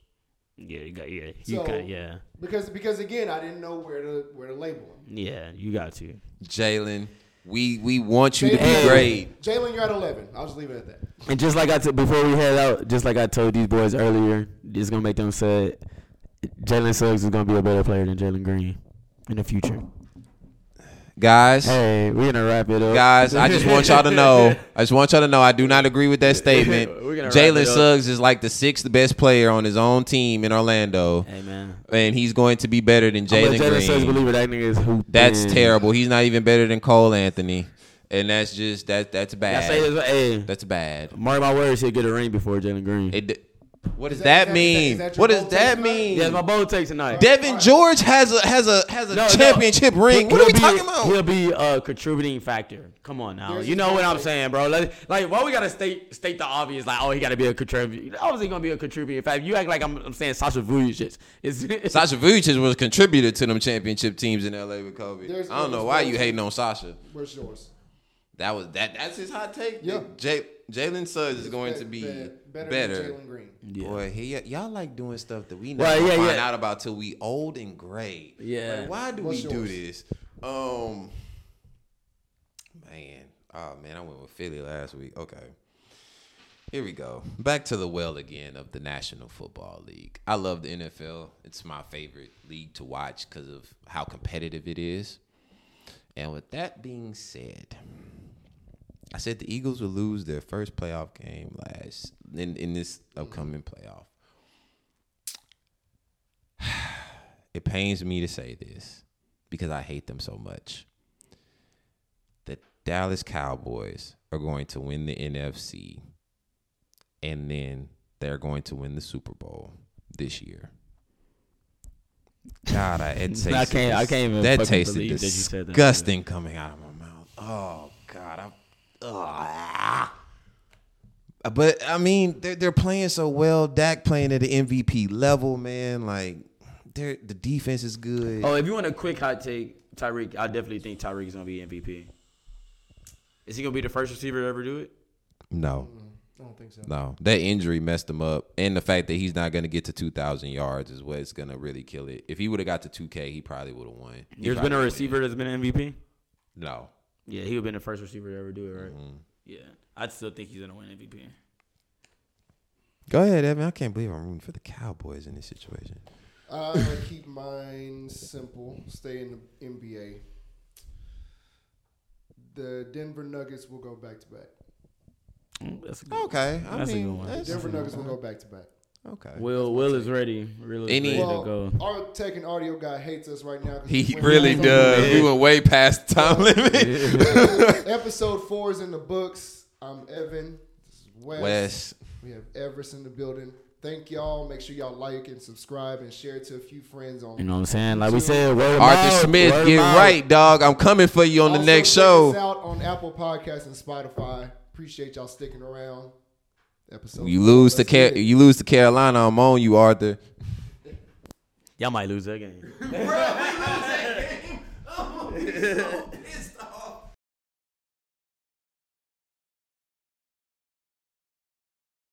[SPEAKER 3] Yeah, you got yeah,
[SPEAKER 1] you So- got- yeah. because because again, I didn't know where to where to label him.
[SPEAKER 3] yeah, you got to.
[SPEAKER 2] Jalen, we we want you to
[SPEAKER 1] Jalen-
[SPEAKER 2] be great.
[SPEAKER 1] Jalen, you're at eleven. I'll just leave it at that.
[SPEAKER 3] And just like I t- before we head out, just like I told these boys earlier, it's gonna make them sad. Jalen Suggs is gonna be a better player than Jalen Green in the future.
[SPEAKER 2] Guys,
[SPEAKER 3] Hey, we're gonna wrap it up,
[SPEAKER 2] guys, I just want y'all to know. I just want y'all to know. I do not agree with that statement.
[SPEAKER 3] We're gonna wrap
[SPEAKER 2] Jalen
[SPEAKER 3] it up.
[SPEAKER 2] Suggs is like the sixth best player on his own team in Orlando,
[SPEAKER 3] Hey man,
[SPEAKER 2] and he's going to be better than Jalen Green.
[SPEAKER 3] Jalen Suggs believe it. That nigga is hoop.
[SPEAKER 2] That's terrible. He's not even better than Cole Anthony, and that's just that that's
[SPEAKER 3] I
[SPEAKER 2] bad.
[SPEAKER 3] say this, hey,
[SPEAKER 2] that's bad.
[SPEAKER 3] mark my words, he'll get a ring before Jalen Green.
[SPEAKER 2] It, d- what does
[SPEAKER 1] Is that- is
[SPEAKER 2] that,
[SPEAKER 1] that-
[SPEAKER 2] mean?
[SPEAKER 1] is that your
[SPEAKER 2] what does
[SPEAKER 1] bold
[SPEAKER 2] that
[SPEAKER 1] take tonight?
[SPEAKER 2] mean?
[SPEAKER 3] That's my bold take tonight.
[SPEAKER 2] Devin George has a has a has a
[SPEAKER 3] No, no.
[SPEAKER 2] championship ring.
[SPEAKER 3] He-
[SPEAKER 2] What are we
[SPEAKER 3] he'll be-
[SPEAKER 2] talking about?
[SPEAKER 3] He'll be a contributing factor. Come on now,
[SPEAKER 1] There's
[SPEAKER 3] you
[SPEAKER 1] his
[SPEAKER 3] know what I'm
[SPEAKER 1] bold take.
[SPEAKER 3] saying, bro. Like, like why we gotta state state the obvious? Like, oh, he gotta be a contributor. Obviously, gonna be a contributing factor. You act like I'm, I'm saying Sasha Vujacic. It's, it's
[SPEAKER 2] Sasha Vujic was a contributor to them championship teams in LA with Kobe.
[SPEAKER 1] There's-
[SPEAKER 2] I don't know
[SPEAKER 1] there's
[SPEAKER 2] why
[SPEAKER 1] no-
[SPEAKER 2] you hating on Sasha.
[SPEAKER 1] Where's yours?
[SPEAKER 2] That was that. That's his hot take.
[SPEAKER 1] Yeah.
[SPEAKER 2] J- Jalen Suggs is going
[SPEAKER 1] Be-
[SPEAKER 2] to be
[SPEAKER 1] be-
[SPEAKER 2] better.
[SPEAKER 1] than Jalen Green.
[SPEAKER 2] Boy, he, y'all like doing stuff that we not
[SPEAKER 3] Well,
[SPEAKER 2] gonna
[SPEAKER 3] yeah,
[SPEAKER 2] find
[SPEAKER 3] yeah.
[SPEAKER 2] out about till we old and gray.
[SPEAKER 3] Yeah.
[SPEAKER 2] Like, why do
[SPEAKER 1] What's
[SPEAKER 2] we do
[SPEAKER 1] yours?
[SPEAKER 2] this? Um, man, oh man, I went with Philly last week. Okay, here we go. Back to the well again of the National Football League. I love the NFL. It's my favorite league to watch because of how competitive it is. And with that being said, I said the Eagles would lose their first playoff game last in, in this upcoming playoff. It pains me to say this because I hate them so much. The Dallas Cowboys are going to win the NFC and then they're going to win the Super Bowl this year. God, I, it tasted,
[SPEAKER 3] I can't- I can't even
[SPEAKER 2] that
[SPEAKER 3] fucking
[SPEAKER 2] tasted
[SPEAKER 3] believe that you said that.
[SPEAKER 2] disgusting coming out of my mouth. Oh God, I'm. Ugh. But I mean, they're they're playing so well. Dak playing at the MVP level, man. Like, they're the defense is good.
[SPEAKER 3] Oh, if you want a quick hot take, Tyreek, I definitely think Tyreek is gonna be MVP. Is he gonna be the first receiver to ever do it?
[SPEAKER 2] No,
[SPEAKER 1] I don't think so.
[SPEAKER 2] no, that injury messed him up, and the fact that he's not going to get to two thousand yards is what's going to really kill it. If he would have got to two K, he probably would have won. He
[SPEAKER 3] There's been a
[SPEAKER 2] probably-
[SPEAKER 3] receiver that's been an MVP.
[SPEAKER 2] No,
[SPEAKER 3] Yeah, he would have been the first receiver to ever do it, right? Yeah, I still think he's gonna win MVP.
[SPEAKER 2] go ahead, Evan. I can't believe I'm rooting for the Cowboys in this situation.
[SPEAKER 1] I'm gonna Uh, keep mine simple. Stay in the NBA. The Denver Nuggets will go back to back.
[SPEAKER 3] Mm, That's a good.
[SPEAKER 2] Okay, I
[SPEAKER 3] That's a
[SPEAKER 2] mean,
[SPEAKER 3] good one.
[SPEAKER 2] that's-
[SPEAKER 1] Denver Nuggets will go back to back.
[SPEAKER 2] okay.
[SPEAKER 3] Will Will is ready. Really
[SPEAKER 2] Any-
[SPEAKER 3] ready
[SPEAKER 2] Here
[SPEAKER 1] Well,
[SPEAKER 3] to go.
[SPEAKER 1] our tech and audio guy hates us right now. 'cause
[SPEAKER 2] He
[SPEAKER 1] when
[SPEAKER 2] really
[SPEAKER 1] comes on
[SPEAKER 2] does.
[SPEAKER 1] the
[SPEAKER 2] We went way past the time limit.
[SPEAKER 1] Episode four is in the books. I'm Evan. This is Wes.
[SPEAKER 2] Wes,
[SPEAKER 1] We have Everest in the building. Thank y'all. Make sure y'all like and subscribe and share it to a few friends on.
[SPEAKER 3] You know what I'm saying? Like we said, word of
[SPEAKER 2] Arthur
[SPEAKER 3] mouth, word
[SPEAKER 2] Smith,
[SPEAKER 3] of
[SPEAKER 2] get
[SPEAKER 3] mouth.
[SPEAKER 2] right, dog. I'm coming for you on the
[SPEAKER 1] Also,
[SPEAKER 2] next
[SPEAKER 1] check
[SPEAKER 2] show.
[SPEAKER 1] us out on Apple Podcasts and Spotify. Appreciate y'all sticking around. Episode.
[SPEAKER 2] You
[SPEAKER 1] four.
[SPEAKER 2] lose to
[SPEAKER 1] Let's
[SPEAKER 2] Car-
[SPEAKER 1] get it.
[SPEAKER 2] you lose to Carolina. I'm on you, Arthur.
[SPEAKER 3] Y'all might lose that game.
[SPEAKER 2] pissed